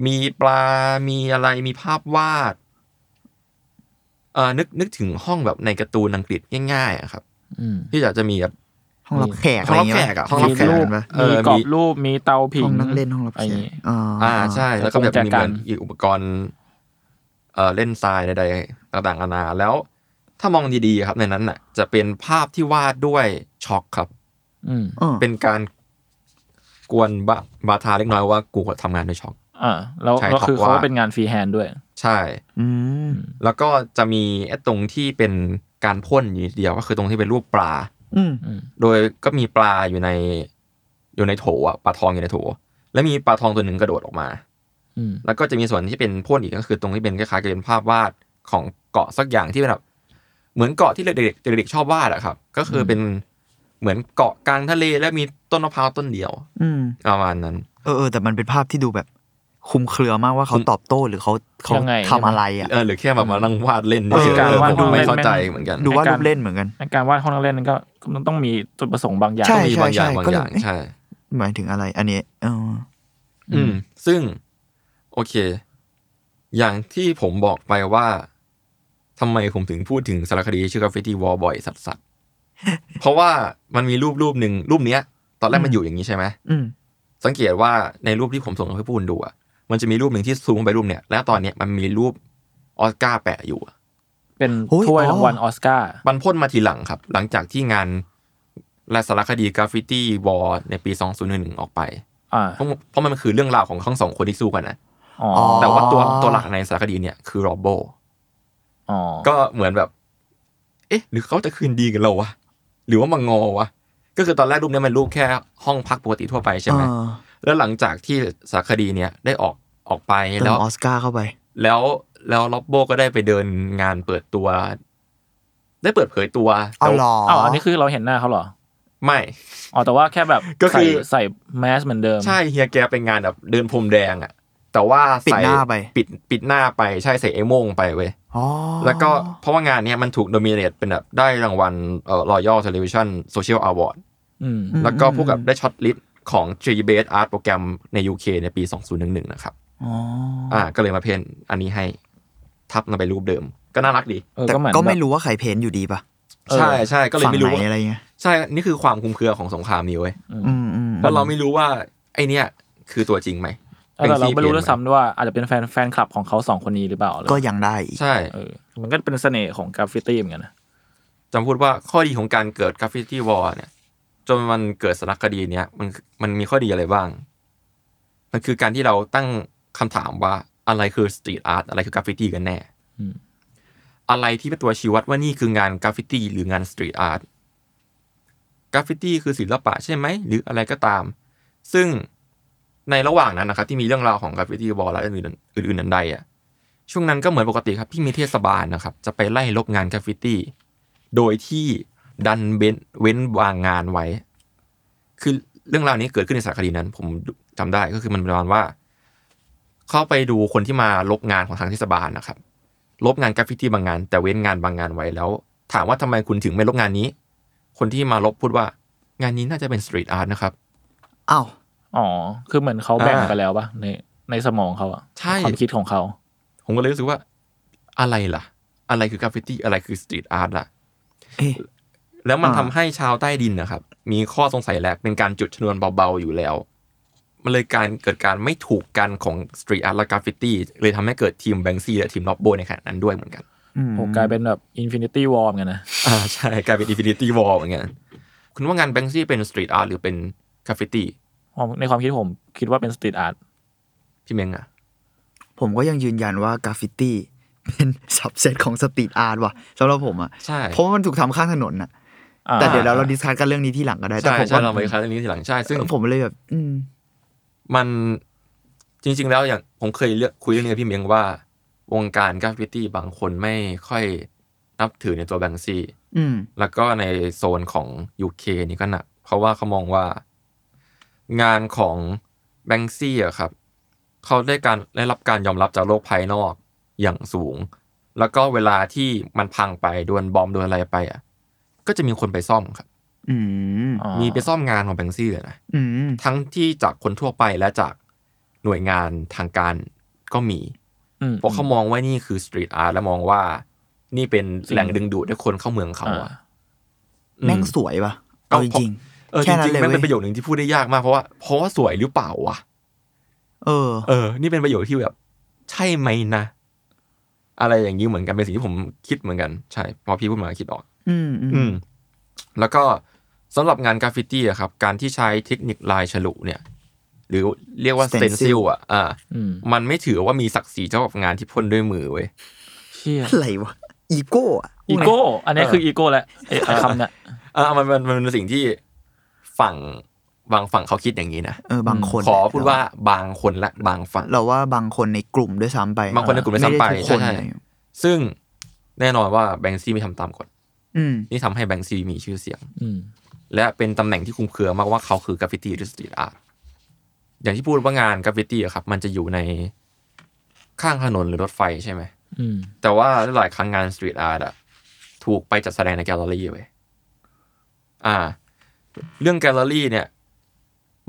[SPEAKER 4] มีปลา มีอะไรมีภาพวาดเอ่อนึกนึกถึงห้องแบบในการ์ตูนอังกฤษง่ายๆอะครับ
[SPEAKER 2] อืม
[SPEAKER 4] ที่อาจจะมีแบบ
[SPEAKER 3] ห้องรับแขก
[SPEAKER 4] ห้องรับแขกอะห้องรับแขก
[SPEAKER 3] มีรูป
[SPEAKER 2] มีรูป
[SPEAKER 3] ปะ
[SPEAKER 4] เออ
[SPEAKER 2] มีกรอ
[SPEAKER 4] มี
[SPEAKER 2] บรูปมีเตาผิง
[SPEAKER 3] ห้องนั่งเล่นห้องรับ
[SPEAKER 2] อะไรอ
[SPEAKER 3] แข
[SPEAKER 2] ย่าง
[SPEAKER 3] ก
[SPEAKER 2] งี้
[SPEAKER 3] อ๋อ
[SPEAKER 4] อ่า
[SPEAKER 3] อ่า
[SPEAKER 4] ใช่ แล้วก็แบบมีเหมือนอีกอุปกรณ์เอ่อเล่นทรายใดๆต่างๆนานาแล้ว ถ้ามองดีๆครับในนั้นน่ะ จะเป็นภาพที่วาดด้วยช็อกครับ
[SPEAKER 2] อืม
[SPEAKER 3] อ๋อ
[SPEAKER 4] เป็นการกวนบะบาทาเล็กน้อยว่ากูทำงานด้วยช็อก
[SPEAKER 2] อ่าแล้ว
[SPEAKER 4] ใช่
[SPEAKER 2] ก็คือ
[SPEAKER 4] ท็อป
[SPEAKER 2] เขา
[SPEAKER 4] ว่า
[SPEAKER 2] เป็นงานฟรีแฮนด์ด้วย
[SPEAKER 4] ใช่
[SPEAKER 3] อืม
[SPEAKER 4] แล้วก็จะมีไอ้ตรงที่เป็นการพ่นอยู่นิดเดียวก็คือตรงที่เป็นรูปปลา
[SPEAKER 3] อืม
[SPEAKER 2] อืม
[SPEAKER 4] โดยก็มีปลาอยู่ใน อยู่ในโถอะปลาทองอยู่ในโถ แล้วมีปลาทองตัวหนึ่งกระโดดออกมา
[SPEAKER 2] อืม
[SPEAKER 4] แล้วก็จะมีส่วนที่เป็นพ่นอีกก็คือตรงที่เป็นคล้ายๆกับเป็นภาพวาดของเกาะสักอย่างที่เป็นแบบเหมือนเกาะที่เด็กๆเด็กๆชอบวาดอะครับ ก็คือเป็นเหมือนเกาะกลางทะเลแล้วมีต้นมะพร้าวต้นเดียว
[SPEAKER 3] อืม
[SPEAKER 4] ประมาณนั้น
[SPEAKER 3] เออเออแต่มันเป็นภาพที่ดูแบบคลุมเครือมากว่าเขาตอบโต้หรือเขาเขา
[SPEAKER 2] ยังไง
[SPEAKER 3] ทำอะไรอ่ะ
[SPEAKER 4] เออหรือแค่แบบมานั่งวาดเล่น
[SPEAKER 3] เออ
[SPEAKER 4] เฉยๆ
[SPEAKER 2] การวาด
[SPEAKER 4] ผมดูไม่
[SPEAKER 2] วาดเล่น
[SPEAKER 4] เข้าใจ
[SPEAKER 2] แม่ง
[SPEAKER 4] เหมือนกัน
[SPEAKER 3] ดูว่ารูปเล่นเหมือนกัน
[SPEAKER 2] ในการวาดห้องนั่งเล่นนั้นก็ก็ต้องมีจุดประสงค์บางอย่าง
[SPEAKER 3] ใช่
[SPEAKER 4] มีบางอย่างบางอย่าง
[SPEAKER 3] ใช่
[SPEAKER 4] ใช่
[SPEAKER 3] หมายถึงอะไร อันนี้เออ
[SPEAKER 2] อื
[SPEAKER 4] อื
[SPEAKER 2] ม
[SPEAKER 4] ม ซึ่ง โอเค อย่างที่ผมบอกไปว่าทำไมผมถึงพูดถึงสารคดีชื่อกราฟฟิตี้วอลบ่อยสัสสัส ๆ เพราะว่ามันมีรูปรูปหนึ่งรูปเนี้ย ตอนแรกมันอยู่อย่างนี้ใช่ไหม
[SPEAKER 3] อืม
[SPEAKER 4] สังเกตว่าในรูปที่ผมส่งให้พูนดูอะมันจะมีรูปหนึ่งที่ซูมเข้าไปรูปเนี้ยแล้วตอนเนี้ยมันมีรูปออสการ์แปะอยู่อะ
[SPEAKER 2] เป็น
[SPEAKER 3] โอ้ย
[SPEAKER 2] ถ้วย
[SPEAKER 3] อ๋อ
[SPEAKER 2] รางวัลออสการ์
[SPEAKER 4] มันพ่นมาทีหลังครับ หลังจากที่งานและสารคดีกราฟฟิตี้วอลในปี 2011ออกไป
[SPEAKER 2] อ่า
[SPEAKER 4] เพราะเพราะมันคือเรื่องราวของทั้งสองคนที่สู้กันนะ
[SPEAKER 2] อ๋อ
[SPEAKER 3] อ
[SPEAKER 4] แต่ว่าตัวตัวหลักในสารคดีเนี่ยคือโรโบ
[SPEAKER 2] อ๋อ
[SPEAKER 4] ก็เหมือนแบบ เอ๊ะ หรือเขาจะคืนดีกันเราวะ หรือว่ามางอวะ ก็คือตอนแรกรูปเนี้มันรูปแค่ห้องพักปกติทั่วไปใช่ไหม
[SPEAKER 3] เออ
[SPEAKER 4] แล้วหลังจากที่สารคดีเนี่ยได้ออกออกไป
[SPEAKER 3] เติ
[SPEAKER 4] แล้ว
[SPEAKER 3] มออสการ์เข้าไป
[SPEAKER 4] แล้วแล้วโรโบก็ได้ไปเดินงานเปิดตัว ได้เปิดเผยตัว
[SPEAKER 3] เอาหรอ
[SPEAKER 2] อ๋ออันนี้คือเราเห็นหน้าเขาเหรอ
[SPEAKER 4] ไม่
[SPEAKER 2] อ๋อแต่ว่าแค่แบบ
[SPEAKER 4] ก็คือ
[SPEAKER 2] ใส่ใส่แมสเหมือนเดิม
[SPEAKER 4] ใช่เฮียแกเป็นงานแบบเดินพรมแดงอะแต่ว่า
[SPEAKER 3] ปิด
[SPEAKER 4] ใส่
[SPEAKER 3] หน้าไป
[SPEAKER 4] ปิดปิดหน้าไปใช่ใส่ไอ้โม่งไปเว้ย
[SPEAKER 3] อ๋อ
[SPEAKER 4] แล้วก็เพราะว่างานเนี้ยมันถูกโดมิเนตเป็นแบบได้รางวัลเอ่อ Royal Television Social Award
[SPEAKER 2] อืม
[SPEAKER 4] แล้วก็พวกกับได้ช็อตลิสต์ของ g b s Art Program ใน UK ในปี 2011 นะครับ
[SPEAKER 3] อ๋ออ
[SPEAKER 4] อ่า ก็เลยมาเพนอันนี้ให้ทับมันไปรูปเดิม ก็น่ารักดี
[SPEAKER 2] เออ
[SPEAKER 3] แต่
[SPEAKER 2] ก็เหมือน
[SPEAKER 3] ก็ไม่
[SPEAKER 2] แบบ
[SPEAKER 3] รู้ว่าใครเพ้นอยู่ดีป่ะ
[SPEAKER 4] ใช่ใช่ก็เลย
[SPEAKER 3] ฝั่ง
[SPEAKER 4] ไม่
[SPEAKER 3] ไห
[SPEAKER 4] รู้
[SPEAKER 3] น
[SPEAKER 4] ว่า
[SPEAKER 3] อะไรเงี้ย
[SPEAKER 4] ใช่ นี่คือความคลุมเครือของสงครามนี้เว้ย
[SPEAKER 3] อืมอืม
[SPEAKER 4] เพราะเราไม่รู้ว่า ไอเนี้ยคือตัวจริงไหม
[SPEAKER 2] เออแต่เราไม่รู้
[SPEAKER 4] ป็น
[SPEAKER 2] ด้วย
[SPEAKER 4] ที่เพนไห
[SPEAKER 2] ซ้ำด้วยว่าอาจจะเป็นแฟนแฟนคลับของเขาสองคนนี้หรือเปล่าหรือ
[SPEAKER 3] ก็ยังได้อีก
[SPEAKER 4] ใช่
[SPEAKER 2] เออมันก็เป็นเสน่ห์ของกราฟฟิตี้เหมือนกันนะ
[SPEAKER 4] จำพูดว่าข้อดีของการเกิดกราฟฟิตี้วอร์เนี่ย จนมันเกิดสารคดีเนี้ยมันมันมีข้อดีอะไรบ้าง มันคือการที่เราตั้งคำถามว่าอะไรคือสตรีทอาร์ตอะไรคือกราฟฟิตี้กันแน่
[SPEAKER 2] อืม
[SPEAKER 4] อะไรที่เป็นตัวชี้วัดว่านี่คืองานกราฟฟิตี้หรืองานสตรีทอาร์ตกราฟฟิตี้คือศิลปะใช่ไหม หรืออะไรก็ตาม ซึ่งในระหว่างนั้นนะครับ ที่มีเรื่องราวของกราฟฟิตี้วอลและอื่นๆอื่นๆนันใดอะช่วงนั้นก็เหมือนปกติครับที่มีเทศบาลนะครับ จะไปไล่ลบงานกราฟฟิตี้โดยที่ดันเว้นเว้นวางงานไว้ คือเรื่องราวนี้เกิดขึ้นในสารคดีนั้น ผมจำได้ก็คือมันประมาณว่า เข้าไปดูคนที่มาลบงานของทางเทศบาลนะครับ ลบงานกราฟฟิตี้บางงาน แต่เว้นงานบางงานไว้แล้ว ถามว่าทำไมคุณถึงไม่ลบงานนี้ คนที่มาลบพูดว่างานนี้น่าจะเป็นสตรีทอาร์ตนะครับ
[SPEAKER 3] อ้าว
[SPEAKER 2] อ๋อ คือเหมือนเขาแบ่ง
[SPEAKER 4] อ่า
[SPEAKER 2] ไปแล้วปะในในสมองเขาอะ
[SPEAKER 4] ใช่
[SPEAKER 2] ความคิดของเขา
[SPEAKER 4] ผมก็เลยรู้สึกว่าอะไรล่ะ อะไรคือกราฟฟิตี้อะไรคือสตรีทอาร์ตล่ะ
[SPEAKER 3] เอ๊ะ
[SPEAKER 4] แล้วมัน
[SPEAKER 3] อ่า
[SPEAKER 4] ทำให้ชาวใต้ดินนะครับ มีข้อสงสัยและเป็นการจุดชนวนเบาๆอยู่แล้ว มันเลยการเกิดการไม่ถูกกันของสตรีทอาร์ตและกราฟฟิตี้เลยทำให้เกิดทีมแบงซี่และทีมล็อบโบในขณะนั้นด้วยเหมือนกัน
[SPEAKER 3] อืม
[SPEAKER 2] ผมกลายเป็นแบบอินฟินิตี้วอร์มกันนะ
[SPEAKER 4] อ่าใช่กลายเป็นอินฟินิตี้วอลเหมือนกันคุณว่างานแบงซี่เป็นสตรีทอาร์ตหรือเป็นกราฟฟิตี้
[SPEAKER 2] ในความคิดผมคิดว่าเป็นสตรีทอาร์ต
[SPEAKER 4] พี่เมงอะ
[SPEAKER 3] ผมก็ยังยืนยันว่ากราฟฟิตี้ เป็น สับเซตของสตรีทอาร์ตว่ะสำหรับผมอ่ะ
[SPEAKER 4] ใช่
[SPEAKER 3] เพราะว่ามันถูกทำข้างถนนน่ะ แต่เดี๋ยวเราเราดิสคัสกันเรื่องนี้ที่หลังก็ได้ แต่
[SPEAKER 4] ใช่
[SPEAKER 3] ผม
[SPEAKER 4] ใช่
[SPEAKER 3] ว่า
[SPEAKER 4] เราไปคัดเรื่องนี้ทีหลังใช่ ซึ่ง
[SPEAKER 3] ผมเลยแบบ อืม
[SPEAKER 4] มันจริง ๆ แล้วอย่างผมเคยเลือกคุยเรื่องนี้กับพี่เมงว่า วงการกราฟฟิตี้บางคนไม่ค่อยนับถือในตัวแบงซี่
[SPEAKER 3] อืม
[SPEAKER 4] แล้วก็ในโซนของ UK นี่ก็หนัก เพราะว่าเขามองว่างานของแบงซี่อะครับ เขาได้การได้รับการยอมรับจากโลกภายนอกอย่างสูง แล้วก็เวลาที่มันพังไปโดนบอมโดนอะไรไปอ่ะก็จะมีคนไปซ่อมครับ
[SPEAKER 3] อืม
[SPEAKER 2] อ๋อ
[SPEAKER 4] มีไปซ่อมงานของแบงซี่เลยนะ
[SPEAKER 3] อืม
[SPEAKER 4] ทั้งที่จากคนทั่วไปและจากหน่วยงานทางการก็มี
[SPEAKER 2] อืม
[SPEAKER 4] เพราะเขามองว่านี่คือสตรีทอาร์ตและมองว่า นี่เป็น
[SPEAKER 2] สิ่ง
[SPEAKER 4] แหล่งดึงดูดให้คนเข้าเมืองเขาอะ
[SPEAKER 2] อ่า
[SPEAKER 4] อื
[SPEAKER 3] แม่งสวยปะเอาจริงๆ
[SPEAKER 4] เออจ
[SPEAKER 3] แค่นั้น
[SPEAKER 4] ริง
[SPEAKER 3] เลย
[SPEAKER 4] ๆมันเป็นป
[SPEAKER 3] ว้
[SPEAKER 4] ระโยคหนึ่งที่พูดได้ยากมากเพราะว่าเพราะว่าสวยหรือเปล่าวะ
[SPEAKER 3] เออ
[SPEAKER 4] เออ นี่เป็นประโยคที่แบบ ใช่ไหมนะ อะไรอย่างนี้เหมือนกันเป็นสิ่งที่ผมคิดเหมือนกันใช่พอพี่พูดมาคิดออก
[SPEAKER 3] อืมอื
[SPEAKER 4] อื
[SPEAKER 3] ม
[SPEAKER 4] ม แล้วก็สำหรับงานกราฟฟิตี้อะครับ การที่ใช้เทคนิคลายฉลุเนี่ย หรือเรียกว่าสเตนซิลอ่ะอ่า
[SPEAKER 2] อืม
[SPEAKER 4] มันไม่ถือว่ามีศักดิ์ศรีเท่ากับงานที่พ่นด้วยมือเว้ย
[SPEAKER 2] เชี่ย
[SPEAKER 3] อะไรวะอีโก้อะ
[SPEAKER 2] อีโก้อันนี้
[SPEAKER 4] เออ
[SPEAKER 2] คืออีโก้แหละไอ้ไอ้คำเนี่ย
[SPEAKER 4] เอ่ามันมันมันเป็นสิ่งที่ฝั่งบางฝั่งเขาคิดอย่างนี้นะ
[SPEAKER 3] เออบางคน
[SPEAKER 4] ขอพูดว่าบางคนและบางฝั่ง
[SPEAKER 3] เราว่าบางคนในกลุ่มด้วยซ้ำไป
[SPEAKER 4] บางคนในกลุ่มด้วยซ้ำไป
[SPEAKER 3] ม่ด้ทุกคน
[SPEAKER 4] ใช่
[SPEAKER 3] อะไรอย่างเงี้ย
[SPEAKER 4] ซึ่งแน่นอนว่าแบงซี่ไม่ทำตามกฎ
[SPEAKER 3] อืม
[SPEAKER 4] นี่ทำให้แบงซี่มีชื่อเสียง
[SPEAKER 2] อืม
[SPEAKER 4] และเป็นตำแหน่งที่คุ้มเครือมากว่าเขาคือกราฟฟิตี้หรือสตรีทอาร์ตอย่างที่พูดว่างานกราฟฟิตี้อะครับ มันจะอยู่ในข้างถนนหรือรถไฟใช่ไหม
[SPEAKER 2] อืม
[SPEAKER 4] แต่ว่าหลายครั้งงานสตรีทอาร์ตอะถูกไปจัดแสดงในแกลเลอรี่เว้ยอ่า เรื่องแกลเลอรี่เนี่ย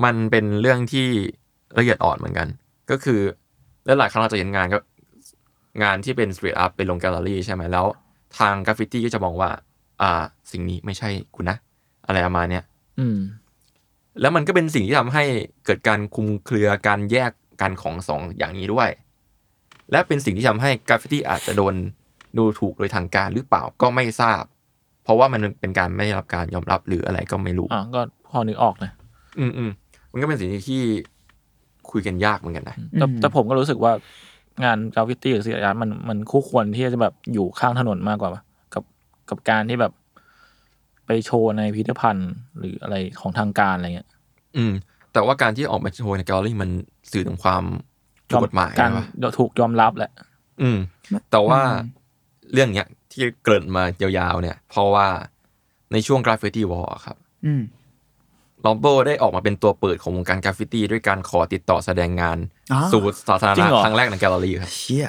[SPEAKER 4] มันเป็นเรื่องที่ละเอียดอ่อนเหมือนกัน ก็คือและหลายครั้งเราจะเห็นงานก็ งานที่เป็นสตรีทอาร์ตเป็นลงแกลเลอรี่ใช่ไหมแล้ว ทางกราฟฟิตี้ก็จะมองว่า อ่า สิ่งนี้ไม่ใช่คุณนะ อะไรประมาณเนี้ย
[SPEAKER 2] อืม
[SPEAKER 4] แล้วมันก็เป็นสิ่งที่ทำให้เกิดการคลุมเครือการแยกกันของสองอย่างนี้ด้วย และเป็นสิ่งที่ทำให้กราฟฟิตี้อาจจะโดนดูถูกโดยทางการหรือเปล่าก็ไม่ทราบ เพราะว่ามันเป็นการไม่ได้รับการยอมรับหรืออะไรก็ไม่รู้
[SPEAKER 2] อ่ะก็พอนึกออกนะ
[SPEAKER 4] อืมอืมมันก็เป็นสิ่งที่คุยกันยากเหมือนกันนะ
[SPEAKER 2] แต่
[SPEAKER 3] อืม
[SPEAKER 2] แต่ผมก็รู้สึกว่างานกราฟฟิตี้หรือศิลปะมันมันคู่ควรที่จะแบบอยู่ข้างถนนมากกว่าปะกับกับการที่แบบ ไปโชว์ในพิพิธภัณฑ์ หรืออะไรของทางการอะไรเงี้ย
[SPEAKER 4] อืม แต่ว่าการที่ออกมาโชว์ในแกลเลอรี่มันสื่อถึงความถูกกฎหมาย
[SPEAKER 2] การ
[SPEAKER 4] นะวะ
[SPEAKER 2] ถูกยอมรับแหละ
[SPEAKER 4] อืม แต่ว่าเรื่องเนี้ยที่เกริ่นมายาวๆเนี่ย เพราะว่าในช่วงกราฟฟิตี้วอลครับ
[SPEAKER 3] อืม
[SPEAKER 4] ลอมโบได้ออกมาเป็นตัวเปิดของวงการกราฟฟิตี้ด้วยการขอติดต่อแสดงงาน
[SPEAKER 3] อ๋อ
[SPEAKER 4] สู่สาธาร
[SPEAKER 2] จริ
[SPEAKER 4] ณะ
[SPEAKER 2] งเหรอ
[SPEAKER 4] ครั้งแรกในแกลเลอรี่ครับ
[SPEAKER 3] เชี่ย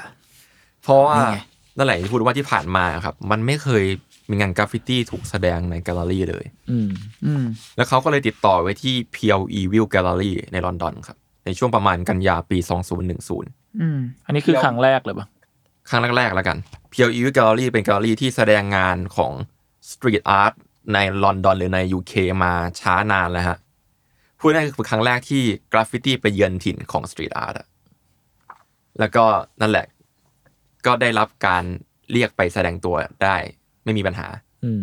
[SPEAKER 4] เพราะว่า
[SPEAKER 3] นี่ไง
[SPEAKER 4] นั่นแหละที่พูดว่าที่ผ่านมาครับ มันไม่เคยมีงานกราฟฟิตี้ถูกแสดงในแกลเลอรี่เลย
[SPEAKER 2] อืม
[SPEAKER 3] อืม
[SPEAKER 4] แล้วเขาก็เลยติดต่อไว้ที่ Pure Evil Gallery ในลอนดอนครับ ในช่วงประมาณกันยาปี 2010
[SPEAKER 3] อืม
[SPEAKER 2] อันนี้คือ
[SPEAKER 4] เดี๋ยว
[SPEAKER 2] ครั้งแรกเลยปะ
[SPEAKER 4] ครั้งแรกๆแล้วกัน Pure Evil Gallery เป็นแกลเลอรี่ที่แสดงงานของ Street Art ในลอนดอนหรือใน UK มาช้านานแล้วฮะพูดง่ายๆคือครั้งแรกที่กราฟฟิตี้ไปเยือนถิ่นของ Street Art อะแล้วก็นั่นแหละ ก็ได้รับการเรียกไปแสดงตัวได้ไม่มีปัญหา
[SPEAKER 2] อืม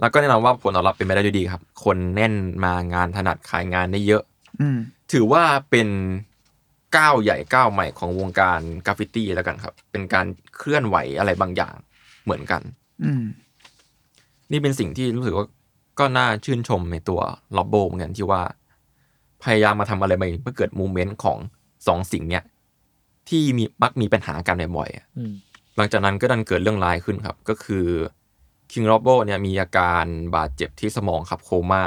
[SPEAKER 4] แล้วก็แน่นอนว่าผลตอบรับเป็นไปได้ด้วยดีครับ คนแน่นมางานถนัดขายงานได้เยอะ
[SPEAKER 3] อืม
[SPEAKER 4] ถือว่าเป็นก้าวใหญ่ก้าวใหม่ของวงการกราฟฟิตี้แล้วกันครับ เป็นการเคลื่อนไหวอะไรบางอย่างเหมือนกัน
[SPEAKER 3] อืม
[SPEAKER 4] นี่เป็นสิ่งที่รู้สึกว่าก็น่าชื่นชมในตัวล็อบโบเหมือนกันที่ว่า พยายามมาทำอะไรใหม่เพื่อเกิดมูเมนต์ของสองสิ่งเนี้ยที่มีมักมีปัญหากันบ่อยๆอะ
[SPEAKER 2] อืม
[SPEAKER 4] หลังจากนั้นก็ดันเกิดเรื่องร้ายขึ้นครับ ก็คือคิงโรโบเนี่ยมีอาการบาดเจ็บที่สมองครับโคม่า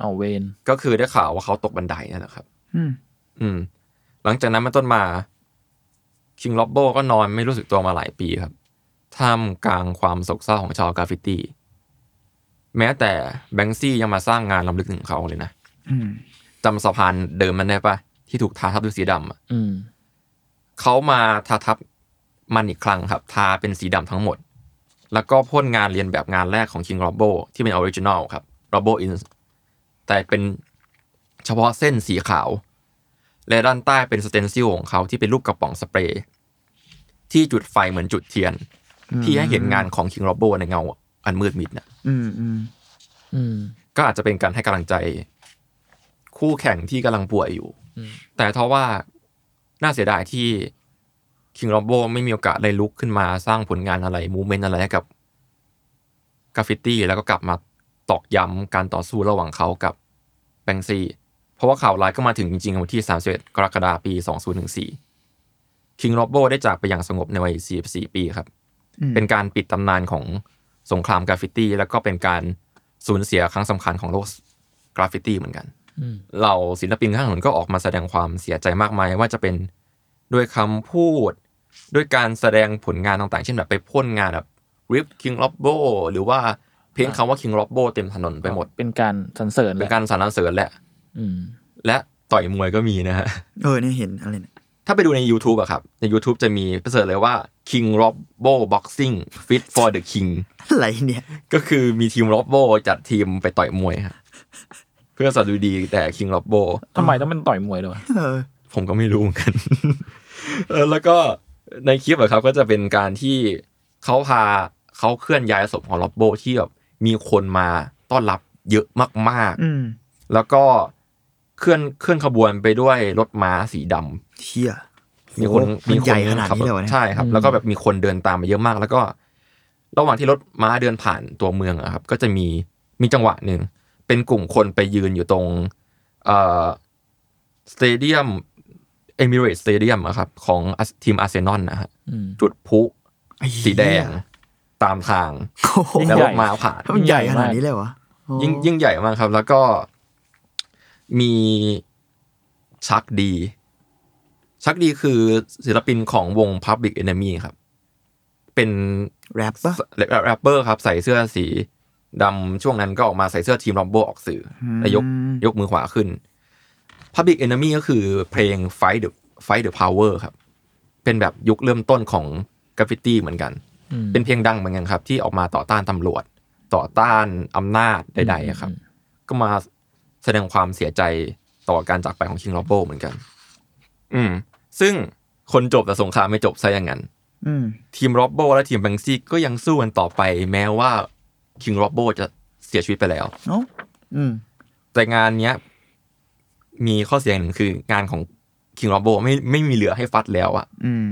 [SPEAKER 2] เอาเวน
[SPEAKER 4] ก็คือได้ข่าวว่าเขาตกบันไดนั่นแหละครับ
[SPEAKER 3] อืม
[SPEAKER 4] อืม หลังจากนั้นมาต้นมาคิงโรโบก็นอนไม่รู้สึกตัวมาหลายปีครับท่ามกลางความโศกเศร้าของชาวกราฟฟิตี้แม้แต่แบงซี่ยังมาสร้างงานลำลึกถึงเขาเลยนะ
[SPEAKER 3] อืม
[SPEAKER 4] จำสะพานเดิมนั้นได้ปะที่ถูกทาทับด้วยสีดำอะ
[SPEAKER 2] อืม
[SPEAKER 4] เขามาทาทับมันอีกครั้งครับ ทาเป็นสีดำทั้งหมด แล้วก็พ่นงานเรียนแบบงานแรกของ King r o b o ที่เป็นออริจินอลครับ r o b o in แต่เป็นเฉพาะเส้นสีขาว และด้านใต้เป็นสเตนซิลของเขาที่เป็นรูปกระป๋องสเปรย์ ที่จุดไฟเหมือนจุดเทียน ที่ให้เห็นงานของ King r o b o ในเงาอันมืดมิดนะ
[SPEAKER 3] อืม อืม
[SPEAKER 2] อืม
[SPEAKER 4] ก็อาจจะเป็นการให้กำลังใจ คู่แข่งที่กำลังป่วยอยู่
[SPEAKER 2] อืม
[SPEAKER 4] แต่ทว่าน่าเสียดายที่คิง r อบโบไม่มีโอกาสได้ลุกขึ้นมาสร้างผลงานอะไรมูเมนต์อะไรให้กับกราฟฟิตี้แล้วก็กลับมาตอกย้ำการต่อสู้ระหว่างเขากับแบงซีเพราะว่าข่าวร้ายก็มาถึงจริงๆวันที่ 31 กรกฎาคมปี 2014 คิงโรโบได้จากไปอย่างสงบในวัย 44 ปีครับ
[SPEAKER 3] อืม
[SPEAKER 4] เป็นการปิดตำนานของสงครามกราฟฟิตี้ แล้วก็เป็นการสูญเสียครั้งสำคัญของโลกกราฟฟิตี้เหมือนกัน
[SPEAKER 2] อืม
[SPEAKER 4] เหล่าศิลปินข้างถนนก็ออกมาแสดงความเสียใจมากมาย ว่าจะเป็นด้วยคำพูด ด้วยการแสดงผลงานต่างๆ เช่นแบบไปพ่นงานแบบ Rip King Robo หรือว่าเพียงคำว่า King Robo เต็มถนนไปหมด
[SPEAKER 2] เป็นการสรรเสริญ
[SPEAKER 4] เป็นการสรรเสริญแหละ
[SPEAKER 2] อืม
[SPEAKER 4] และต่อยมวยก็มีนะฮะ
[SPEAKER 3] เออเนี่ยเห็น อะไรนะ
[SPEAKER 4] ถ้าไปดูใน YouTube อะครับ ใน YouTube จะมีเสิร์ชเลยว่า King Robo Boxing Fit for the King
[SPEAKER 3] อะไรเนี่ย
[SPEAKER 4] ก็คือมีทีม Robo จัดทีมไปต่อยมวยฮะเพื่อสะดุดีแต่ King Robo
[SPEAKER 2] ทำไมต้องเป็นต่อยมวยด้วยวะ
[SPEAKER 3] เออ
[SPEAKER 4] ผมก็ไม่รู้เหมือน กัน เออแล้วก็ในคลิปอะครับ ก็จะเป็นการที่เขาพาเขาเคลื่อนย้ายศพของ Robo ที่แบบมีคนมาต้อนรับเยอะมาก
[SPEAKER 3] อืม
[SPEAKER 4] ๆ แล้วก็เคลื่อนเคลื่อนขบวนไปด้วยรถม้าสีดำ
[SPEAKER 3] เชี่ย
[SPEAKER 4] มีคน
[SPEAKER 3] โห
[SPEAKER 4] มีค
[SPEAKER 3] ใหญ่
[SPEAKER 4] น
[SPEAKER 3] ขนาด
[SPEAKER 4] ขับ
[SPEAKER 3] นี้เลยวะเนี่ย
[SPEAKER 4] ใช่ครับ แล้วก็แบบมีคนเดินตามมาเยอะมาก แล้วก็ ระหว่างที่รถม้าเดินผ่านตัวเมืองอะครับ ก็จะมีมีจังหวะหนึ่ง เป็นกลุ่มคนไปยืนอยู่ตรงเอ่อสเตเดียมเอมิเรตสเตเดียมอะครับ ของทีมอาร์เซนอลนะฮะ
[SPEAKER 2] อืม
[SPEAKER 4] จุดพลุ
[SPEAKER 3] ไอ้เหี้ย
[SPEAKER 4] สีแดงตามทาง
[SPEAKER 3] โอ้โห
[SPEAKER 2] ยิ่ง
[SPEAKER 4] แล้ว
[SPEAKER 2] ให
[SPEAKER 4] ร
[SPEAKER 2] ญ่
[SPEAKER 4] ถม้าผ่าน
[SPEAKER 3] มันใหญ่ขนาดนี้เลยวะโอ้
[SPEAKER 4] ยิ่งยิ่งใหญ่มากครับ แล้วก็มีชักดี ชักดีคือศิลปินของวง Public Enemy ครับ เป็น
[SPEAKER 3] แรปปะ
[SPEAKER 4] แรปเปอร์ครับ ใส่เสื้อสีดำช่วงนั้นก็ออกมาใส่เสื้อทีมรอมโบออกสื่ออและยกยกมือขวาขึ้น Public Enemy ก็คือเพลง Fight the Fight the Power ครับ เป็นแบบยุคเริ่มต้นของกราฟฟิตี้เหมือนกัน
[SPEAKER 2] อืม
[SPEAKER 4] เป็นเพลงดังเหมือนกันครับ ที่ออกมาต่อต้านตำรวจ ต่อต้านอำนาจใดๆอะครับ ก็มาแสดงความเสียใจต่อการจากไปของคิงโรโบเหมือนกัน อืม ซึ่งคนจบแต่สงครามไม่จบซะอย่างนั้น
[SPEAKER 3] อืม
[SPEAKER 4] ทีมโรโบและทีมแบงซี่ก็ยังสู้กันต่อไป แม้ว่าคิงโรโบจะเสียชีวิตไปแล้ว
[SPEAKER 3] เนาะอืม
[SPEAKER 4] แต่งานเนี้ย มีข้อเสียอย่างหนึ่งคืองานของคิงโรโบไม่ไม่มีเหลือให้ฟัดแล้วอะ
[SPEAKER 3] อืม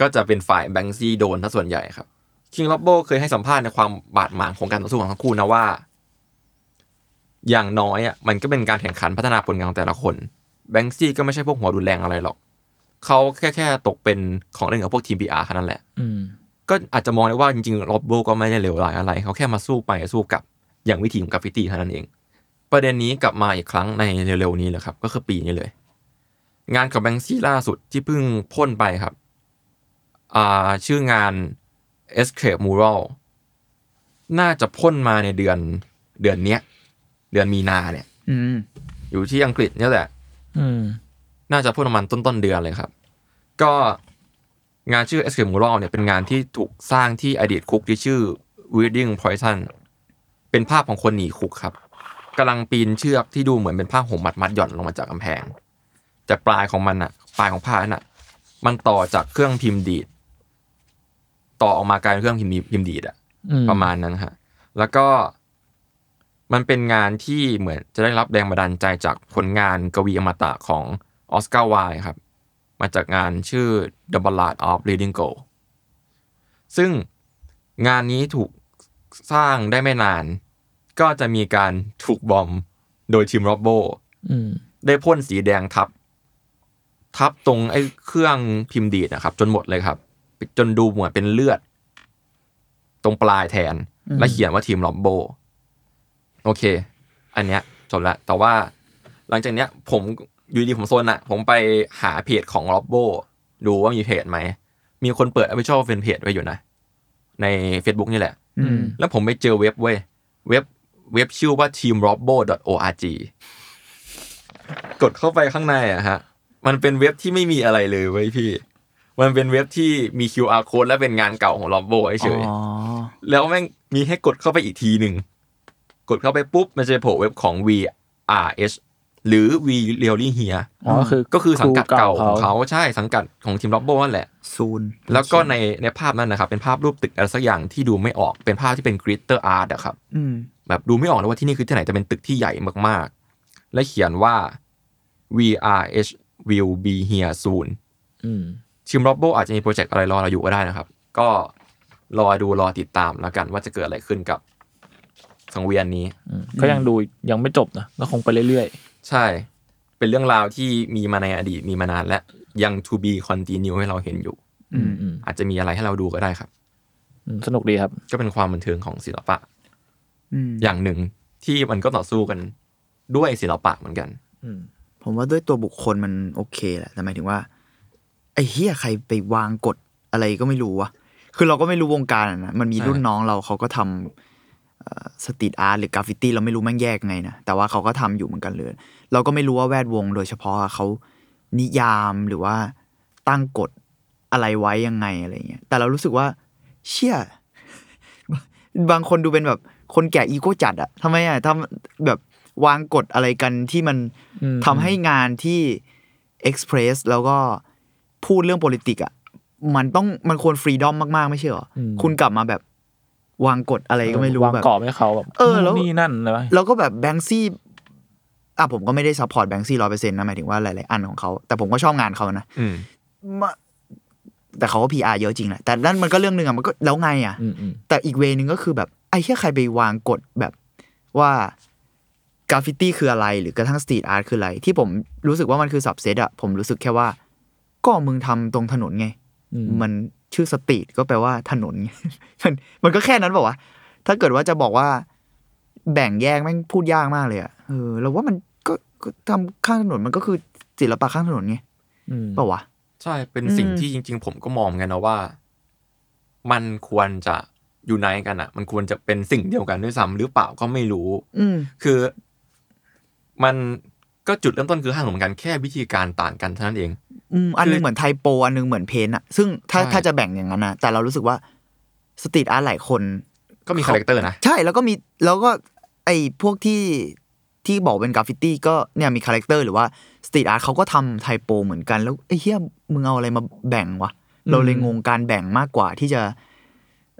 [SPEAKER 4] ก็จะเป็นฝ่ายแบงซี่โดนถ้าส่วนใหญ่ครับ คิงล็อบโบเคยให้สัมภาษณ์ในความบาดหมางของการต่อสู้ของทั้งคู่นะว่า อย่างน้อยอ่ะมันก็เป็นการแข่งขันพัฒนาผลงานของแต่ละคน แบงซี่ก็ไม่ใช่พวกหัวรุนแรงอะไรหรอก เขาแค่แค่ตกเป็นของเล่นกับพวกทีมพีอาร์แค่นั้นแหละ
[SPEAKER 2] อืม
[SPEAKER 4] ก็อาจจะมองได้ว่าจริงๆล็อบโบก็ไม่ได้เลวร้ายอะไร เขาแค่มาสู้ไปสู้กลับอย่างวิธีของกราฟฟิตี้เท่านั้นเอง ประเด็นนี้กลับมาอีกครั้งในเร็วๆนี้แหละครับ ก็คือปีนี้เลย งานกับแบงซี่ล่าสุดที่เพิ่งพ่นไปครับอ่าชื่องาน Escape Mural น่าจะพ่นมาในเดือนเดือนเนี้ย เดือนมีนาเนี่ย
[SPEAKER 3] อืม
[SPEAKER 4] อยู่ที่อังกฤษเนี่ยแหละ
[SPEAKER 2] อืม
[SPEAKER 4] น่าจะพ่นประมาณต้นต้นๆเดือนเลยครับ ก็งานชื่อ Escape Mural เนี่ยเป็นงานที่ถูกสร้างที่อดีตคุกที่ชื่อ Reading Poison เป็นภาพของคนหนีคุกครับกำลังปีนเชือกที่ดูเหมือนเป็นผ้าห่มมัดมัดๆหย่อนลงมาจากกำแพง แต่ปลายของมันอะปลายของผ้าน่ะ มันต่อจากเครื่องพิมพ์ดีด ต่อออกมากลายเป็นเครื่องพิมพ์ดีพิมพ์ดีดอะ
[SPEAKER 2] อืม
[SPEAKER 4] ประมาณนั้นฮะ แล้วก็มันเป็นงานที่เหมือนจะได้รับแรงบันดาลใจจากผลงานกวีอมตะของออสการ์ไวล์ครับ มาจากงานชื่อ The Ballad of Reading Girl ซึ่งงานนี้ถูกสร้างได้ไม่นาน ก็จะมีการถูกบอมโดยทีมโรบโบ
[SPEAKER 2] อืม
[SPEAKER 4] ได้พ่นสีแดงทับ ทับตรงไอ้เครื่องพิมพ์ดีดนะครับ จนหมดเลยครับ จนดูเหมือนเป็นเลือด ตรงปลายแทน และเขียนว่าทีมลอบโบ โอเค อันเนี้ยจบละแต่ว่าหลังจากเนี้ย ผมอยู่ดีผมโซนอะผมไปหาเพจของลอบโบ ดูว่ามีเพจไหม มีคนเปิด official fan page ไว้อยู่นะ ใน Facebook นี่แหละ
[SPEAKER 3] อืม
[SPEAKER 4] แล้วผมไปเจอเว็บเว้ยเว็บเว็บชื่อว่า teamrobbo.org กดเข้าไปข้างในอะฮะ มันเป็นเว็บที่ไม่มีอะไรเลยเว้ยพี่ มันเป็นเว็บที่มี QR code และเป็นงานเก่าของ Robbo เฉยๆ
[SPEAKER 3] อ๋อ
[SPEAKER 4] แล้วแม่งมีให้กดเข้าไปอีกทีหนึ่ง กดเข้าไปปุ๊บ มันจะโผล่เว็บของ VRH หรือ V r e a l i h e r
[SPEAKER 2] อ๋อก็คือ
[SPEAKER 4] ก็คือสังกัดเก่า
[SPEAKER 2] ครู
[SPEAKER 4] ของเขาใช่สังกัดของทีมล็อบโบ้นั่นแหละ
[SPEAKER 3] ซูน
[SPEAKER 4] แล้วก็ในในภาพนั้นนะครับ เป็นภาพรูปตึกอะไรสักอย่างที่ดูไม่ออกเป็นภาพที่เป็นกริตเตอร์อาร์ตอะครับ
[SPEAKER 3] อืม
[SPEAKER 4] แบบดูไม่ออกเลยว่าที่นี่คือที่ไหนแต่เป็นตึกที่ใหญ่มากๆ และเขียนว่า VRH will be here soon
[SPEAKER 2] อืม
[SPEAKER 4] ทีมโรบโบอาจจะมีโปรเจกต์อะไรรอเราอยู่ก็ได้นะครับ ก็รอดูรอติดตามแล้วกันว่าจะเกิดอะไรขึ้นกับสังเวียนนี้
[SPEAKER 2] อืมก็ยังดูยังไม่จบนะก็คงไปเรื่อย
[SPEAKER 4] ใช่ เป็นเรื่องราวที่มีมาในอดีตมีมานานและ ยัง to be continue ให้เราเห็นอยู่
[SPEAKER 2] อืมอืม
[SPEAKER 4] อาจจะมีอะไรให้เราดูก็ได้ครับ
[SPEAKER 2] อืมสนุกดีครับ
[SPEAKER 4] ก็เป็นความบันเทิงของศิลปะ
[SPEAKER 3] อืม
[SPEAKER 4] อย่างหนึ่งที่มันก็ต่อสู้กันด้วยศิลปะเหมือนกัน
[SPEAKER 2] อืม
[SPEAKER 3] ผมว่าด้วยตัวบุคคลมันโอเคแหละแต่หมายถึงว่า ไอ้เฮียใครไปวางกฎอะไรก็ไม่รู้วะคือเราก็ไม่รู้วงการอะนะมันมี
[SPEAKER 4] ใช่
[SPEAKER 3] รุ่นน้องเราเขาก็ทำสตรีทอาร์ตหรือกราฟฟิตี้เราไม่รู้แม่งแยกไงนะแต่ว่าเขาก็ทำอยู่เหมือนกันเลย เราก็ไม่รู้ว่าแวดวงโดยเฉพาะอะเขานิยามหรือว่าตั้งกฎอะไรไว้ยังไงอะไรเงี้ยแต่เรารู้สึกว่า เชี่ย บางคนดูเป็นแบบคนแก่อีโก้จัดอะทำไมอะทำแบบวางกฎอะไรกันที่มัน
[SPEAKER 2] อืม
[SPEAKER 3] ทำให้งานที่เอ็กซ์เพรสแล้วก็พูดเรื่อง p o l i t i c อะมันต้องมันควรฟรีดอมมาก ๆ ไม่ใช่เหรอ
[SPEAKER 2] อืม
[SPEAKER 3] คุณกลับมาแบบวางกฎอะไรก็ไม่รู้
[SPEAKER 2] วาง
[SPEAKER 3] แบบ
[SPEAKER 2] กรอบให้เขาแบบ
[SPEAKER 3] เออแล้ว
[SPEAKER 2] นี่นั่นเลยวะ
[SPEAKER 3] แล้วก็แบบแบงซี่อ่ะผมก็ไม่ได้ซัพพอร์ตแบงซี่ร้อยเปอร์เซ็นต์นะหมายถึงว่าหลาย ๆ อันของเขา แต่ผมก็ชอบงานเขานะ
[SPEAKER 4] อืม
[SPEAKER 3] มาแต่เขาก็พีอาเยอะจริงแหละแต่นั่นมันก็เรื่องหนึ่งอะมันก็แล้วไงอะ
[SPEAKER 2] อืมอืม
[SPEAKER 3] แต่อีกเวนึงก็คือแบบไอ้เหี้ยใครไปวางกฎแบบว่ากราฟฟิตี้คืออะไรหรือกระทั่งสตรีทอาร์ตคืออะไร ที่ผมรู้สึกว่ามันคือสับเซตอะผมรู้สึกแค่ว่า ก็มึงทำตรงถนนไง
[SPEAKER 2] อื
[SPEAKER 3] มันชื่อสตรีทก็แปลว่าถนนไง มันมันก็แค่นั้นเปล่าวะถ้าเกิดว่าจะบอกว่า แบ่งแยกแม่งพูดยากมากเลยอะเออเราว่ามันก็ก็ทำข้างถนนมันก็คือศิลปะข้างถนนไง
[SPEAKER 2] อืม
[SPEAKER 3] เปล่าวะ
[SPEAKER 4] ใช่ เป็น
[SPEAKER 3] อืม
[SPEAKER 4] สิ่งที่จริง ๆ ผมก็มองเหมือนกันนะว่า มันควรจะอยู่ในกันอ่ะ มันควรจะเป็นสิ่งเดียวกันด้วยซ้ำหรือเปล่าก็ไม่รู้
[SPEAKER 3] อืม
[SPEAKER 4] คือมันก็จุดเริ่มต้นคือห้างเหมือนกันแค่วิธีการต่างกันเท่านั้นเอง
[SPEAKER 3] อืมอันหนึ
[SPEAKER 4] คื
[SPEAKER 3] ง
[SPEAKER 4] อ
[SPEAKER 3] เหมือนไทยโปอันหนึงเหมือนเพนท์อะซึ่งถ้า
[SPEAKER 4] ใช่
[SPEAKER 3] ถ้าจะแบ่งอย่างนั้นนะแต่เรารู้สึกว่าสตรีทอาร์ตหลายคน
[SPEAKER 4] ก็มีคาแรคเตอร์นะ
[SPEAKER 3] ใช่แล้วก็มีแล้วก็ไอ้พวกที่ที่บอกเป็นกราฟฟิตี้ก็เนี่ยมีคาแรคเตอร์หรือว่าสตรีทอาร์ตเขาก็ทำไทยโปเหมือนกัน แล้วไอ้เฮียมึงเอาอะไรมาแบ่งวะ เราเลยงงการแบ่งมากกว่าที่จะ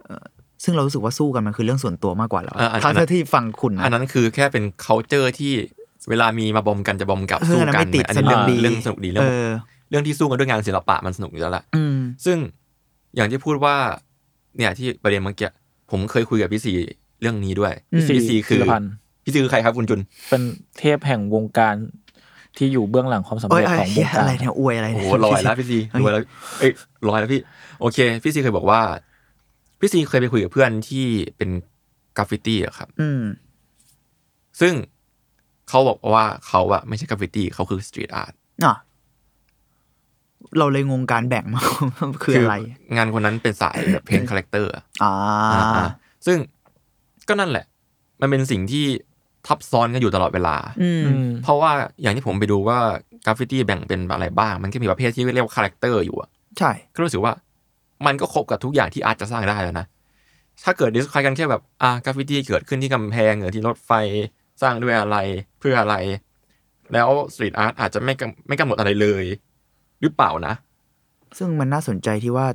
[SPEAKER 3] เอ่อซึ่งเรารู้สึกว่าสู้กันมันคือเรื่องส่วนตัวมากกว่าแล้ว
[SPEAKER 4] เอออันนั้น
[SPEAKER 3] ทางเท่าที่ฟังคุณนะ
[SPEAKER 4] อันนั้นคือแค่เป็น c u เจอร์ที่เวลามีมาบอมกันจะบอมกลับ
[SPEAKER 3] เออ
[SPEAKER 4] สู้
[SPEAKER 3] อันนั้น
[SPEAKER 4] กั
[SPEAKER 3] ไม่
[SPEAKER 4] น
[SPEAKER 3] ติด
[SPEAKER 4] อันนี้
[SPEAKER 3] สนุ
[SPEAKER 4] เรื่อก ง
[SPEAKER 3] ดี
[SPEAKER 4] เรื่องสนุกดีเรื่
[SPEAKER 3] เอ
[SPEAKER 4] อง
[SPEAKER 3] อ
[SPEAKER 4] เรื่องที่สู้กันด้วยงานศิลปะมันสนุกอยู่แล้วแหละ
[SPEAKER 3] อืม
[SPEAKER 4] ซึ่งอย่างที่พูดว่า เนี่ยที่ประเด็นเมื่อกี้ผมเคยคุยกับพี่สีเรื่องนี้ด้วย
[SPEAKER 3] อืม
[SPEAKER 4] พี่สีคือ
[SPEAKER 2] ศิลพันธ์
[SPEAKER 4] พี่สีคือใครครับคุณจุน
[SPEAKER 2] เป็นเทพแห่งวงการที่อยู่เบื้องหลังความสำ
[SPEAKER 3] เอ้ย
[SPEAKER 2] เร็จ
[SPEAKER 3] ไอ้
[SPEAKER 2] ของว
[SPEAKER 3] เหี้
[SPEAKER 2] ง
[SPEAKER 3] ย
[SPEAKER 2] กา
[SPEAKER 3] อะไร
[SPEAKER 2] ร
[SPEAKER 3] เนี่ยอวยอะไร
[SPEAKER 4] โอ้
[SPEAKER 3] เนี่ย
[SPEAKER 4] โหลอยแล้วพี่ซีลอยแล้วเอ้ยลอยแล้วพี่ โอเค พี่ซีเคยบอกว่า พี่ซีเคยไปคุยกับเพื่อนที่เป็นกราฟฟิตี้อะครับ
[SPEAKER 3] อืม
[SPEAKER 4] ซึ่งเขาบอกว่าเขาอะไม่ใช่กราฟฟิตี้เขาคือสตรีทอาร์ต
[SPEAKER 3] อ่ะเราเลยงงการแบ่งมาก คืออะไร
[SPEAKER 4] งานคนนั้นเป็นสายแบบเพนคาแรคเตอร์
[SPEAKER 3] อ่า
[SPEAKER 4] อ่าๆซึ่งก็นั่นแหละ มันเป็นสิ่งที่ทับซ้อนกันอยู่ตลอดเวลา
[SPEAKER 3] อืม
[SPEAKER 2] อืม
[SPEAKER 4] เพราะว่าอย่างที่ผมไปดูว่ากราฟฟิตี้แบ่งเป็นอะไรบ้าง มันก็มีประเภทที่เรียกว่าคาแรคเตอร์อยู่อะ
[SPEAKER 3] ใช่
[SPEAKER 4] ก็รู้สึกว่า มันก็ครบกับทุกอย่างที่อาร์ตจะสร้างได้แล้วนะ ถ้าเกิดดิสคายกันแค่แบบอ่ากราฟฟิตี้เกิดขึ้นที่กำแพงหรือที่รถไฟสร้างด้วยอะไรเพื่ออะไร แล้วสตรีทอาร์ตอาจจะไม่กำไม่กำหนดอะไรเลย หรือเปล่านะ
[SPEAKER 3] ซึ่งมันน่าสนใจที่ว่า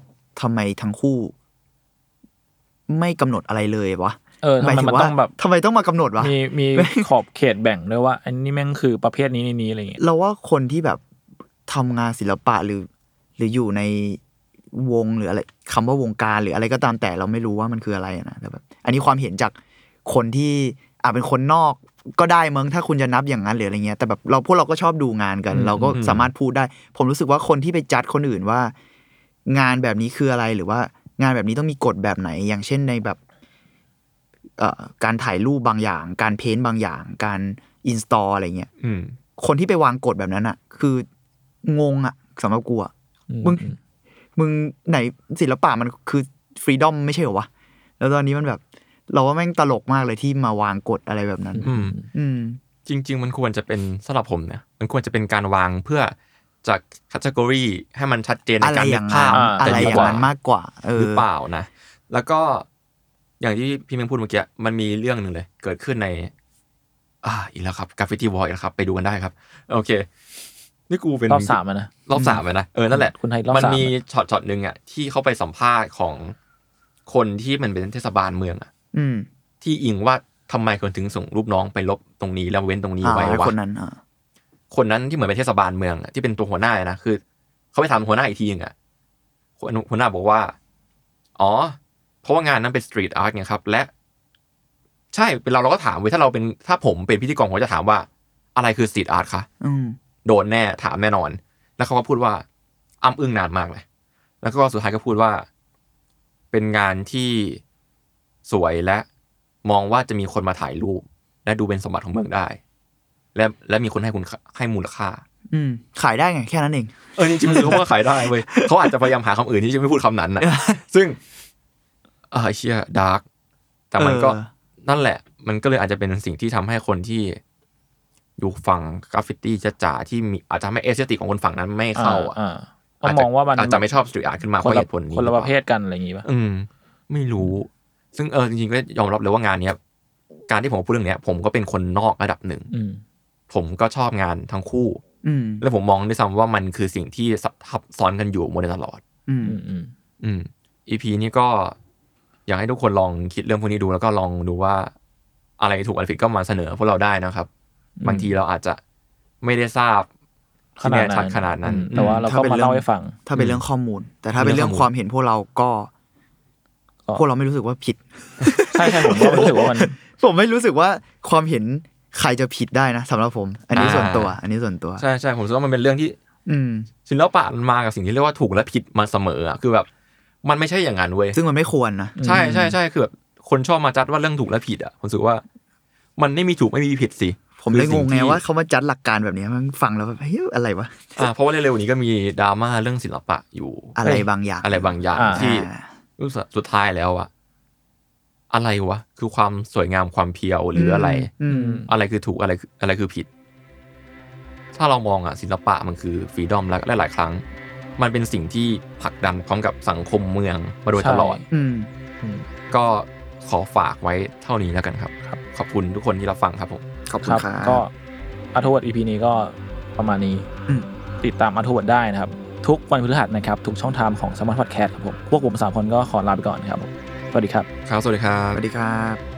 [SPEAKER 3] ทำไมทั้งคู่ ไม่กำหนดอะไรเลยวะ
[SPEAKER 2] เออทำไมมัน
[SPEAKER 3] ว่า
[SPEAKER 2] ต้องแบบ
[SPEAKER 3] ทำไมต้องมากำหนดวะ
[SPEAKER 2] มีมี
[SPEAKER 3] แม่ง
[SPEAKER 2] ขอบเขตแบ่งด้วยว่า อันนี้แม่งคือประเภทนี้นี้นี้อะไรอย่างเงี้ย
[SPEAKER 3] เราว่าคนที่แบบทำงานศิลปะหรือ หรืออยู่ในวงหรืออะไรคำว่าวงการหรืออะไรก็ตามแต่เราไม่รู้ว่ามันคืออะไรอะนะแต่แบบอันนี้ความเห็นจากคนที่อาจเป็นคนนอกก็ได้มั้งถ้าคุณจะนับอย่างนั้นหรืออะไรเงี้ยแต่แบบเราพวกเราก็ชอบดูงานกัน เราก็
[SPEAKER 4] อืม
[SPEAKER 3] สามารถพูดได้ ผมรู้สึกว่าคนที่ไปจัดคนอื่นว่า งานแบบนี้คืออะไรหรือว่า งานแบบนี้ต้องมีกฎแบบไหน อย่างเช่นในแบบ เอ่อการถ่ายรูปบางอย่าง การเพ้นท์บางอย่าง การอินสตอลอะไรเงี้ย
[SPEAKER 4] อืม
[SPEAKER 3] คนที่ไปวางกฎแบบนั้นอะคืองงอะสำหรับกูอะ
[SPEAKER 2] อืม
[SPEAKER 3] มึง มึงไหนศิลปะมันคือฟรีดอมไม่ใช่เหรอวะ แล้วตอนนี้มันแบบ เราว่าแม่งตลกมากเลยที่มาวางกฎอะไรแบบนั้น
[SPEAKER 4] อืม
[SPEAKER 3] อืม
[SPEAKER 4] จริง ๆ มันควรจะเป็นสำหรับผมนะมันควรจะเป็นการวางเพื่อจากคัตเกอรีให้มันชัดเจนใน
[SPEAKER 3] อะไร
[SPEAKER 4] การ
[SPEAKER 3] อ
[SPEAKER 4] เลื
[SPEAKER 3] ย่า
[SPEAKER 4] อก
[SPEAKER 3] ง
[SPEAKER 4] ภา
[SPEAKER 3] นั้
[SPEAKER 4] พ
[SPEAKER 3] นอะไร
[SPEAKER 4] จ
[SPEAKER 3] อ
[SPEAKER 4] ดี
[SPEAKER 3] ย่าง
[SPEAKER 4] ว่
[SPEAKER 3] นั้นมากกว่า เอ
[SPEAKER 4] หรือ
[SPEAKER 3] อ
[SPEAKER 4] เปล่านะ แล้วก็อย่างที่พี่เมงพูดเมื่อกี้มันมีเรื่องหนึ่งเลย เกิดขึ้นใน อ่าอีกแล้วครับกราฟฟิตี้วอลอีกแล้วครับ ไปดูกันได้ครับ โอเค นี่กูเป็น
[SPEAKER 2] รอบสามอะนะ
[SPEAKER 4] รอบสามเลยนะ เออ นั่นแหละ
[SPEAKER 2] คุณไทยรอบ
[SPEAKER 4] มัน
[SPEAKER 2] สาม
[SPEAKER 4] มีช็อตช็อตหนึ่งอ่ะ ที่เขาไปสัมภาษณ์ของคนที่มันเป็นเทศบาลเมืองอ่ะ
[SPEAKER 3] อืม
[SPEAKER 4] ที่อิงว่าทำไมคนถึงส่งรูปน้องไปลบตรงนี้แล้วเว้นตรงนี้
[SPEAKER 3] อ่า
[SPEAKER 4] ไว้
[SPEAKER 3] ไอ้
[SPEAKER 4] วะ
[SPEAKER 3] คนนั้นอ่ะ
[SPEAKER 4] คนนั้นที่เหมือนเป็นเทศบาลเมืองอะที่เป็นตัวหัวหน้านะคือเขาไปถามหัวหน้าอีกทีหนึ่งอ่ะหัวหัวหน้าบอกว่า อ๋อ เพราะว่างานนั้นเป็นสตรีทอาร์ตไงครับ และ ใช่เป็นเราเราก็ถามเว้ยถ้าเราเป็นถ้าผมเป็นพิธีกรผมก็จะถามว่า อะไรคือสตรีทอาร์ตคะ
[SPEAKER 3] อืม
[SPEAKER 4] โดนแน่ถามแน่นอน แล้วเขาก็พูดว่า อ้ำอึ้งนานมากเลย แล้วก็สุดท้ายก็พูดว่า เป็นงานที่สวยและมองว่าจะมีคนมาถ่ายรูป และดูเป็นสมบัติของเมืองได้ และและมีคนให้คุณค่าให้มูลค่า
[SPEAKER 3] อืม ขายได้ไงแค่นั้นเอง
[SPEAKER 4] เออจริงๆรู้ว่าขายได้เว้ย เขาอาจจะพยายามหาคำอื่นที่จะไม่พูดคำนั้นนะซึ่งเออไอ้เชี่ยดาร์กแต่มันก็
[SPEAKER 3] เออ
[SPEAKER 4] นั่นแหละ มันก็เลยอาจจะเป็นสิ่งที่ทำให้คนที่อยู่ฝั่งกราฟฟิตี้จ๋าๆที่มีอาจจะทำให้เอสเตติกของคนฝั่งนั้นไม่เข้าอะ
[SPEAKER 2] อ่ก็มองว่ามัน
[SPEAKER 4] อาจจะไม่ชอบสตรีทอาร์ตขึ้นมาเพ
[SPEAKER 2] คน
[SPEAKER 4] ราะเห
[SPEAKER 2] ละ
[SPEAKER 4] ตุผลนี้
[SPEAKER 2] คนละประเภ
[SPEAKER 4] หอ
[SPEAKER 2] ทกันอะไรอย่างงี้
[SPEAKER 4] ป
[SPEAKER 2] ป่ะ
[SPEAKER 4] ล่าอืม ไม่รู้ ซึ่งเออจริงๆก็ยอมรับเลยว่างานเนี้ย การที่ผมพูดเรื่องเนี้ย ผมก็เป็นคนนอกระดับหนึ่ง
[SPEAKER 2] อืม
[SPEAKER 4] ผมก็ชอบงานทั้งคู่
[SPEAKER 3] อืม
[SPEAKER 4] และผมมองด้วยซ้ำว่ามันคือสิ่งที่ทับซ้อนกันอยู่มาโดยตลอด
[SPEAKER 3] อืม
[SPEAKER 2] อืมอืม
[SPEAKER 4] อืม EP นี้ก็ อยากให้ทุกคนลองคิดเรื่องพวกนี้ดูแล้วก็ลองดูว่า อะไรถูกอะไรผิดก็มาเสนอพวกเราได้นะครับ บางทีเราอาจจะไม่ได้ทราบที่แน่ชัดขนาดนั้น
[SPEAKER 2] อืมแต่ว่าเราก็มาเล่าให้ฟัง
[SPEAKER 3] ถ้าเป็นเรื่องข้อมูล แต่ถ้าเป็นเรื่องความเห็นพวกเราก็
[SPEAKER 2] ก็
[SPEAKER 3] พวกเราไม่รู้สึกว่าผิด
[SPEAKER 2] ใช่ใช่ผมก็รู้สึกว่ามัน
[SPEAKER 3] ผมไม่รู้สึกว่าความเห็นใครจะผิดได้นะสำหรับผม อันนี้ส่วนตัว อันนี้ส่วนตัว
[SPEAKER 4] ใช่ใช่ผมรู้สึกว่ามันเป็นเรื่องที่
[SPEAKER 3] อืม
[SPEAKER 4] ศิลปะมันมากับสิ่งที่เรียกว่าถูกและผิดมาเสมออะคือแบบ มันไม่ใช่อย่างนั้นเว้ย
[SPEAKER 3] ซึ่งมันไม่ควรนะ
[SPEAKER 4] ใช่ใช่ใช่คือแบบคนชอบมาจัดว่าเรื่องถูกและผิดอ่ะผมรู้สึกว่า มันไม่มีถูกไม่มีผิดสิ
[SPEAKER 3] ผมเลย
[SPEAKER 4] คื
[SPEAKER 3] ง
[SPEAKER 4] อง
[SPEAKER 3] ไง
[SPEAKER 4] ที่
[SPEAKER 3] ว่าเขามาจัดหลักการแบบเนี้ยมันฟังแล้วแบบเฮ้ยอะไรวะ
[SPEAKER 4] อ่าเพราะว่าเร็วๆนี้ก็มีดราม่าเรื่องศิลปะอยู่
[SPEAKER 3] อะไรบางอย่าง
[SPEAKER 4] อะไรบางอย่าง
[SPEAKER 2] อ่า
[SPEAKER 4] ที่
[SPEAKER 3] อ่า
[SPEAKER 4] รู้สึกสุดท้ายแล้วอะอะไรวะ คือความสวยงามความเพียวหรืออะไร
[SPEAKER 3] อืม
[SPEAKER 4] อะไรคือถูกอะไรคืออะไรคือผิด ถ้าเรามองอะศิลปะมันคือฟรีดอมและหลายๆครั้ง มันเป็นสิ่งที่ผลักดันพร้อมกับสังคมเมืองมาโดยตลอด
[SPEAKER 3] อืม
[SPEAKER 2] อืม
[SPEAKER 4] ก็ขอฝากไว้เท่านี้แล้วกันครับ
[SPEAKER 2] ครับ
[SPEAKER 4] ขอบคุณทุกคนที่รับฟังครับผม
[SPEAKER 3] ขอบคุ
[SPEAKER 2] ค
[SPEAKER 3] ณ
[SPEAKER 2] รับ
[SPEAKER 3] ครับ
[SPEAKER 2] ก็อาทวด EP นี้ก็ประมาณนี้
[SPEAKER 3] อืม
[SPEAKER 2] ติดตามอาทวดได้นะครับ ทุกวันพฤหัสนะครับ ทุกช่องทางของสมาร์ทพอดแคสต์ครับผม พวกผมสามคนก็ขอลาไปก่อนครับผมสวัสดีครับ
[SPEAKER 4] ครับ สวัสดีครั
[SPEAKER 3] ส
[SPEAKER 4] บ
[SPEAKER 3] วัสดีครับ